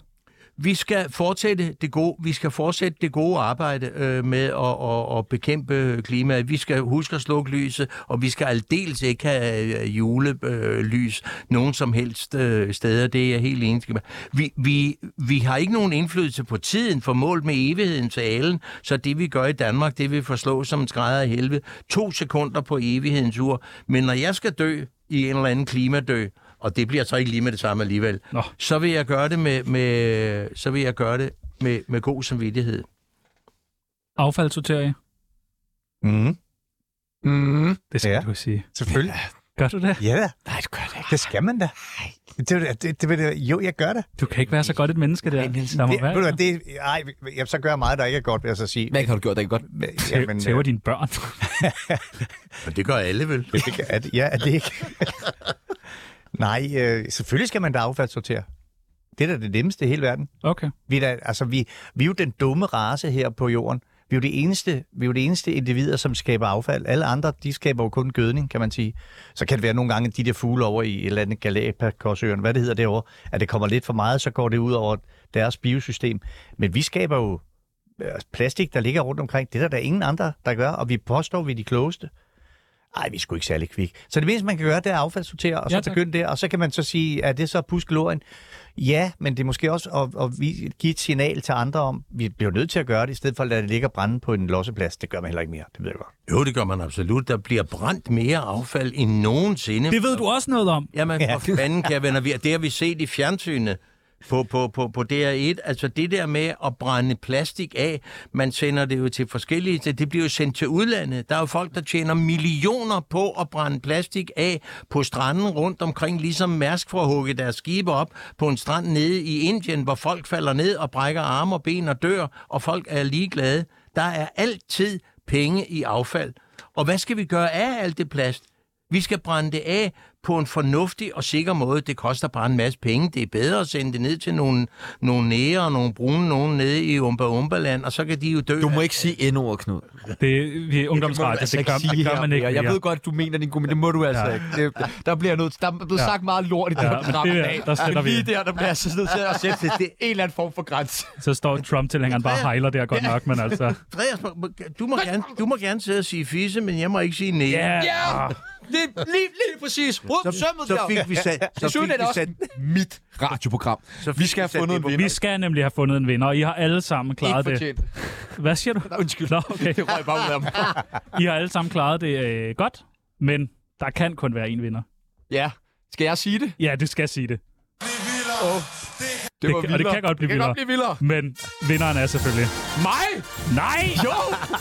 Speaker 4: Vi skal fortsætte det gode, vi skal fortsætte det gode arbejde øh, med at, at, at bekæmpe klimaet. Vi skal huske at slukke lyset, og vi skal aldeles ikke have øh, julelys øh, lys nogen som helst øh, steder. Det er jeg helt enig med. Vi, vi, vi har ikke nogen indflydelse på tiden, for målt med evigheden til alen, så det vi gør i Danmark, det vil forslå som en skrædder i helvede. To sekunder på evighedens ur. Men når jeg skal dø i en eller anden klimadø, og det bliver så ikke lige med det samme alligevel,
Speaker 2: Nå.
Speaker 4: så vil jeg gøre det med, med så vil jeg gøre det med, med god samvittighed.
Speaker 2: Affaldssortering?
Speaker 3: Mm.
Speaker 1: Mm-hmm.
Speaker 8: Mm.
Speaker 2: Det skal
Speaker 3: Ja.
Speaker 2: ja. du sige.
Speaker 3: Selvfølgelig.
Speaker 2: Gør du det?
Speaker 3: Ja da.
Speaker 8: Nej, du gør det ikke.
Speaker 3: Det skal man da. Det, det, det, det, vil jeg- jo, jeg gør det.
Speaker 2: Du kan ikke være så godt et menneske der. der må
Speaker 3: det, ved du hvad,
Speaker 2: være.
Speaker 3: det ej, jamen, så gør jeg meget, der ikke er godt, vil jeg så sige.
Speaker 8: Hvad har du gjort, der ikke godt?
Speaker 3: Men, øh,
Speaker 2: Tæv, tæver dine børn.
Speaker 4: Og det gør alle vel.
Speaker 3: øh, det kan- er, det- ja, er det ikke? Nej, øh, selvfølgelig skal man da affaldssortere. Det er da det nemmeste i hele verden.
Speaker 2: Okay.
Speaker 3: Vi er, da, altså, vi, vi er jo den dumme race her på jorden. Vi er jo det eneste, vi er jo det eneste individer, som skaber affald. Alle andre, de skaber jo kun gødning, kan man sige. Så kan det være nogle gange, at de der fugle over i et eller andet Galapagosøen, hvad det hedder derovre, at det kommer lidt for meget, så går det ud over deres biosystem. Men vi skaber jo øh, plastik, der ligger rundt omkring. Det er der, der ingen andre, der gør, og vi påstår, at vi er de klogeste. Ej, vi er sgu ikke særlig kvik. Så det mindste, man kan gøre, det er at affaldssortere, og så
Speaker 2: Ja,
Speaker 3: ja,
Speaker 2: tak.
Speaker 3: begynde der, og så kan man så sige, er det så puskelorien? Ja, men det er måske også at, at vi- give et signal til andre om, vi bliver nødt til at gøre det, i stedet for at lade det ligge og brænde på en losseplads. Det gør man heller ikke mere, det ved jeg godt.
Speaker 4: Jo, det gør man absolut. Der bliver brændt mere affald end nogensinde.
Speaker 2: Det ved du også noget om.
Speaker 4: Jamen, ja. for fanden, kære venner. Vi- Det har vi set i fjernsynet på, på, på, på DR1. Altså det der med at brænde plastik af, man sender det jo til forskellige steder. Det bliver jo sendt til udlandet. Der er jo folk, der tjener millioner på at brænde plastik af på stranden rundt omkring, ligesom Mærsk får hugget deres skibe op på en strand nede i Indien, hvor folk falder ned og brækker arme og ben og dør, og folk er ligeglade. Der er altid penge i affald. Og hvad skal vi gøre af alt det plast? Vi skal brænde det af på en fornuftig og sikker måde. Det koster bare en masse penge. Det er bedre at sende det ned til nogle, nogle nære og nogle brune nogen nede i Umba Umba land, og så kan de jo dø.
Speaker 8: Du må ikke sige N-ordet, Knud.
Speaker 2: Det er vi er ungdomsradio. Det, det, gør, det gør man ikke
Speaker 8: Jeg
Speaker 2: mere.
Speaker 8: ved godt, du mener din gode, men det må du altså ja. ikke. Det, der bliver jeg nødt til, der er blevet
Speaker 2: Ja.
Speaker 8: sagt meget lort i det
Speaker 2: Ja,
Speaker 8: her
Speaker 2: men
Speaker 8: program
Speaker 2: det
Speaker 8: i
Speaker 2: er-
Speaker 8: dag.
Speaker 2: der sætter
Speaker 8: Men
Speaker 2: vi-
Speaker 8: lige der, der bliver jeg så nødt til at sætte det, en eller anden form for grænse.
Speaker 2: Så står Trump-tilhængeren bare og hejler der godt nok, men altså...
Speaker 4: Andreas, må- må- du må, gerne, du må gerne sidde og sige fisse, men jeg må ikke sige nære.
Speaker 2: Ja! Yeah.
Speaker 8: Lige, lige, lige præcis. Rød
Speaker 4: Ah. Så,
Speaker 8: sømmet
Speaker 4: så
Speaker 8: der.
Speaker 4: fik vi sat, så
Speaker 8: Desuden
Speaker 4: fik
Speaker 8: er det
Speaker 4: vi
Speaker 8: også
Speaker 4: sat,
Speaker 1: Mit radioprogram.
Speaker 4: så fik
Speaker 1: Vi skal have
Speaker 4: sat
Speaker 1: fundet
Speaker 4: det
Speaker 1: en
Speaker 4: på-
Speaker 1: vinder.
Speaker 2: Vi skal nemlig have fundet en vinder, og I har alle sammen klaret
Speaker 8: Ikke
Speaker 2: det.
Speaker 8: fortjent. Det.
Speaker 2: Hvad siger du?
Speaker 1: Undskyld.
Speaker 2: Nå, okay.
Speaker 1: Det røg bare ud af mig.
Speaker 2: I har alle sammen klaret det øh, godt, men der kan kun være en vinder.
Speaker 8: Ja. Skal jeg sige det?
Speaker 2: Ja, du skal sige det.
Speaker 8: Det,
Speaker 2: Det
Speaker 8: var
Speaker 2: kan- og det
Speaker 8: vildere.
Speaker 2: kan godt blive
Speaker 8: det kan
Speaker 2: vildere.
Speaker 8: Godt blive vildere.
Speaker 2: Men vinderen er selvfølgelig...
Speaker 8: Mig?
Speaker 2: Nej!
Speaker 8: Jo!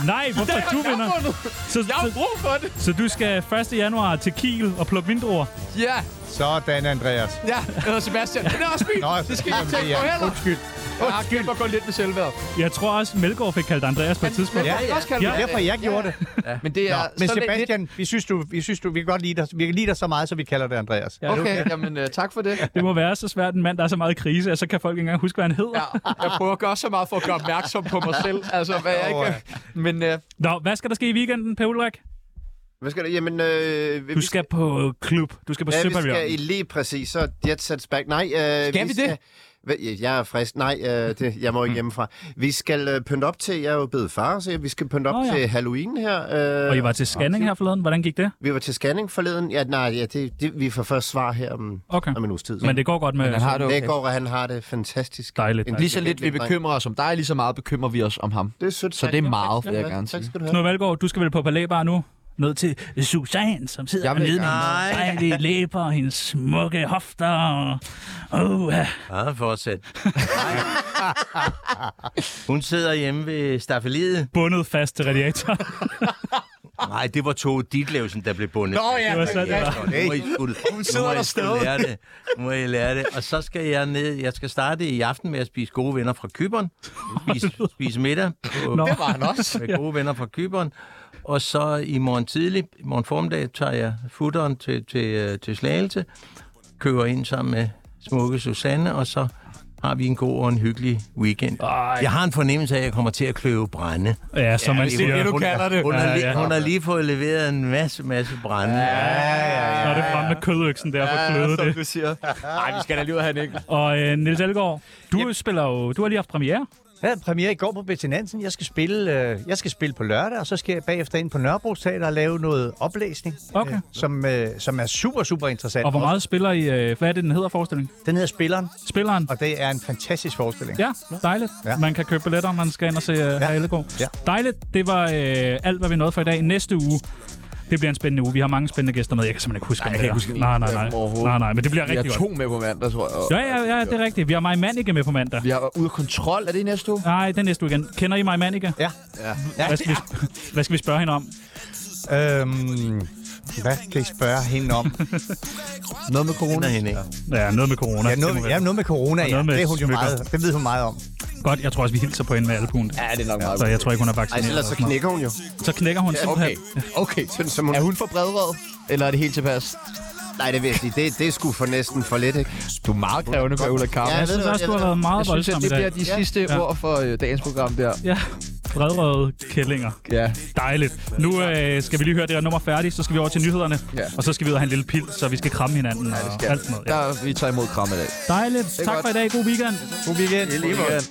Speaker 2: Nej, hvorfor er du
Speaker 8: Jeg
Speaker 2: vinder?
Speaker 8: har vundet.
Speaker 2: Så,
Speaker 8: Jeg har
Speaker 2: så,
Speaker 8: brug for det.
Speaker 2: så du skal 1. januar til Kiel og plukke vindruer.
Speaker 8: Ja.
Speaker 3: Sådan, Andreas.
Speaker 8: Ja. Eller Sebastian. Men det er også min.
Speaker 3: Nå,
Speaker 8: det skal jeg
Speaker 3: jamen,
Speaker 8: tænke
Speaker 3: det
Speaker 8: på
Speaker 3: er-
Speaker 8: heller.
Speaker 3: Undskyld.
Speaker 8: Jeg har glemt at gå lidt med selvværd.
Speaker 2: Jeg tror også, Melgaard fik kaldt Andreas på et tidspunkt.
Speaker 8: Ja, ja. Også kalde
Speaker 2: Ja.
Speaker 8: det.
Speaker 3: Derfor jeg gjorde det.
Speaker 8: Men det
Speaker 3: Nå,
Speaker 8: er
Speaker 3: men
Speaker 8: så lidt-
Speaker 3: Sebastian, vi synes, du, vi synes, du, vi kan godt lide dig. Vi kan lide dig så meget, så vi kalder dig Andreas.
Speaker 2: Ja, det er
Speaker 8: Okay, jamen øh, tak for det.
Speaker 2: Det må være så svært en mand, der er så meget i krise, at så kan folk ikke engang huske, hvad han hedder.
Speaker 8: Ja, jeg prøver at gøre så meget for at gøre opmærksom på mig selv. Altså, hvad jeg
Speaker 3: Åh,
Speaker 8: ikke... Men øh,
Speaker 2: Nå, hvad skal der ske i weekenden, Per Ulrik?
Speaker 5: Hvad skal der? Jamen, øh,
Speaker 2: Du skal på klub. Du skal på
Speaker 5: ja, vi
Speaker 2: Søpavillon.
Speaker 5: skal i lige præcis, så Jet Sets Back. Nej, øh,
Speaker 8: Skal vi det? Hmm.
Speaker 5: Hva- ja, Jeg er frisk. Nej, øh, det, jeg må ikke hjemmefra. Vi skal øh, pynte op til, jeg er jo blevet far, så vi skal pynte op
Speaker 2: Nå,
Speaker 5: oh,
Speaker 2: ja.
Speaker 5: ja. til Halloween her. Øh,
Speaker 2: Og I var til scanning her forleden. Hvordan gik det?
Speaker 5: Vi var til scanning forleden. Ja, nej, ja, det, det, vi får først svar her om,
Speaker 2: Okay.
Speaker 5: om en uges tid.
Speaker 2: Men det går godt med...
Speaker 8: han har det okay.
Speaker 5: Det går, og han har det fantastisk.
Speaker 2: Dejligt.
Speaker 5: En-
Speaker 8: Lige så lidt vi
Speaker 5: Dejligt.
Speaker 8: bekymrer os om dig, lige så meget bekymrer vi os om ham.
Speaker 5: Det er sødt.
Speaker 8: Så det er meget, vil jeg gerne
Speaker 5: Tak
Speaker 8: sige.
Speaker 5: skal du have.
Speaker 2: Knud Valgaard, du skal vel på palæbar nu? Ned til Susanne, som sidder
Speaker 8: Jeg vil
Speaker 2: nede
Speaker 8: ikke.
Speaker 2: med hendes dejlige læber og hendes smukke hofter. Og... Uh,
Speaker 4: Ja, fortsæt. Hun sidder hjemme ved staffeliet.
Speaker 2: bundet fast til radiatoren.
Speaker 4: Nej, det var Tove Ditlevsen, der blev bundet. Nå
Speaker 2: det var sådan, det var.
Speaker 4: Nu må I skulle, Hun
Speaker 8: sidder der stadig.
Speaker 4: lære det. Nu må I lære det. Og så skal jeg ned. Jeg skal starte i aften med at spise gode venner fra Kyberen. Spise, spise middag på,
Speaker 2: Nå.
Speaker 4: Nå.
Speaker 2: Det
Speaker 8: var han også.
Speaker 4: med gode venner fra Kyberen. Og så i morgen tidlig, i morgen formiddag, tager jeg futteren til, til, øh, til Slagelse. Køber ind sammen med smukke Susanne, og så har vi en god og en hyggelig weekend.
Speaker 2: Ej.
Speaker 4: Jeg har en fornemmelse af, at jeg kommer til at kløve brænde.
Speaker 2: Ja, som man siger.
Speaker 8: det, du kalder det.
Speaker 4: Hun, har,
Speaker 2: Ja,
Speaker 4: lige,
Speaker 2: ja.
Speaker 4: hun har lige fået leveret en masse, masse brænde.
Speaker 2: Når det er frem med kødøksen der for fløde det.
Speaker 8: du siger. Nej, vi skal da lige ud af en enkelt.
Speaker 2: Og øh, Nils Elgaard, du spiller jo, du har lige haft premiere.
Speaker 3: Jeg havde premiere i går på Betty Nansen. Jeg skal, spille, øh, jeg skal spille på lørdag, og så skal jeg bagefter ind på Nørrebro Teater og lave noget oplæsning,
Speaker 2: Okay.
Speaker 3: som, øh, som er super, super interessant.
Speaker 2: Og hvor meget spiller I, øh, hvad er det, den hedder forestilling?
Speaker 3: Den hedder Spilleren,
Speaker 2: Spilleren?
Speaker 3: og det er en fantastisk forestilling.
Speaker 2: Ja, dejligt. Ja.
Speaker 3: Ja.
Speaker 2: Man kan købe billetter, om man skal ind og se uh, ja. Ellegaard. Ja.
Speaker 3: Ja.
Speaker 2: Dejligt. Det var øh, alt, hvad vi nåede for i dag. Næste uge, det bliver en spændende uge. Vi har mange spændende gæster med. Jeg kan simpelthen ikke huske, nej,
Speaker 1: jeg kan ikke huske
Speaker 2: nej, nej,
Speaker 1: nogen af
Speaker 2: nej.
Speaker 1: dem overhovedet.
Speaker 2: nej, nej, men det bliver
Speaker 1: Vi
Speaker 2: rigtig
Speaker 1: har
Speaker 2: godt.
Speaker 1: to med på mandag, tror jeg. og-
Speaker 2: Ja, ja, ja, det er rigtigt. Vi har Maja Manike med på mandag.
Speaker 8: Vi har været ude af kontrol. Er det i næste uge?
Speaker 2: Nej, det er næste weekend. Kender I Maja Manike?
Speaker 3: Ja.
Speaker 2: Ja. Hvad, skal vi, hvad skal vi spørge hende om?
Speaker 3: Øhm, hvad kan I spørge hende om?
Speaker 8: Noget med corona.
Speaker 4: Hun er hende ikke.
Speaker 2: Ja, noget med corona.
Speaker 3: Ja,
Speaker 2: Det
Speaker 3: noget,
Speaker 2: må
Speaker 3: ja,
Speaker 2: være.
Speaker 3: noget med corona, ja.
Speaker 2: noget med
Speaker 3: det, er hun jo
Speaker 2: smykker.
Speaker 3: meget, det ved hun meget om.
Speaker 2: Godt, jeg tror også, vi hilser på hende med alle punkt.
Speaker 8: Ja, det er nok meget.
Speaker 2: Så jeg tror ikke, hun er
Speaker 5: Ej,
Speaker 2: vaccineret.
Speaker 5: ellers
Speaker 2: og
Speaker 5: så
Speaker 2: sådan noget.
Speaker 5: knækker hun jo.
Speaker 2: så knækker hun
Speaker 5: Okay,
Speaker 2: simpelthen.
Speaker 5: okay. Sådan, som hun...
Speaker 8: Er hun for bredred? Eller er det helt tilpas?
Speaker 5: Nej, det vil jeg sige. Det, det er sgu for næsten for lidt, ikke?
Speaker 8: Du er meget krævende på Ulla Kamp.
Speaker 5: Ja,
Speaker 2: Jeg synes
Speaker 5: ved
Speaker 2: også,
Speaker 5: det,
Speaker 2: du
Speaker 5: jeg
Speaker 2: har
Speaker 5: ved
Speaker 2: været meget
Speaker 8: Jeg synes,
Speaker 2: voldsom
Speaker 8: at
Speaker 2: i
Speaker 8: det
Speaker 2: dag.
Speaker 8: bliver de sidste
Speaker 2: Ja.
Speaker 8: ord for øh, dagens program der.
Speaker 2: Ja, bredrøde kællinger.
Speaker 8: Ja.
Speaker 2: Dejligt. Nu øh, skal vi lige høre det her nummer færdigt, så skal vi over til nyhederne.
Speaker 8: Ja.
Speaker 2: Og så skal vi ud og have en lille pil, så vi skal kramme hinanden ja, og alt sådan noget. Ja.
Speaker 8: Der, vi tager imod kram i dag.
Speaker 2: Dejligt. Tak
Speaker 8: godt.
Speaker 2: for i dag. God weekend.
Speaker 8: God weekend. God weekend.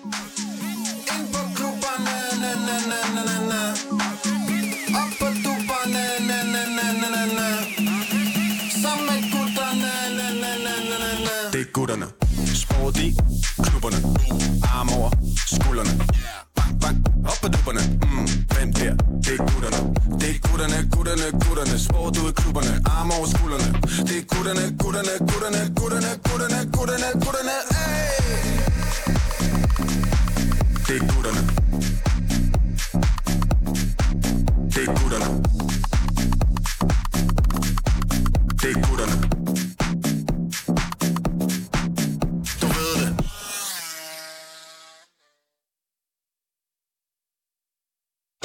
Speaker 10: Det er gutterne. Sport i klubberne. Arm over skuldrene. Bang, bang, op på dupperne. Mm, hvem der? Det er gutterne. Det er gutterne, gutterne, gutterne. Sport ud i klubberne. Arm over skuldrene. Det er gutterne, gutterne, gutterne, gutterne, gutterne, gutterne, gutterne. Hey! Det er gutterne. Det er gutterne.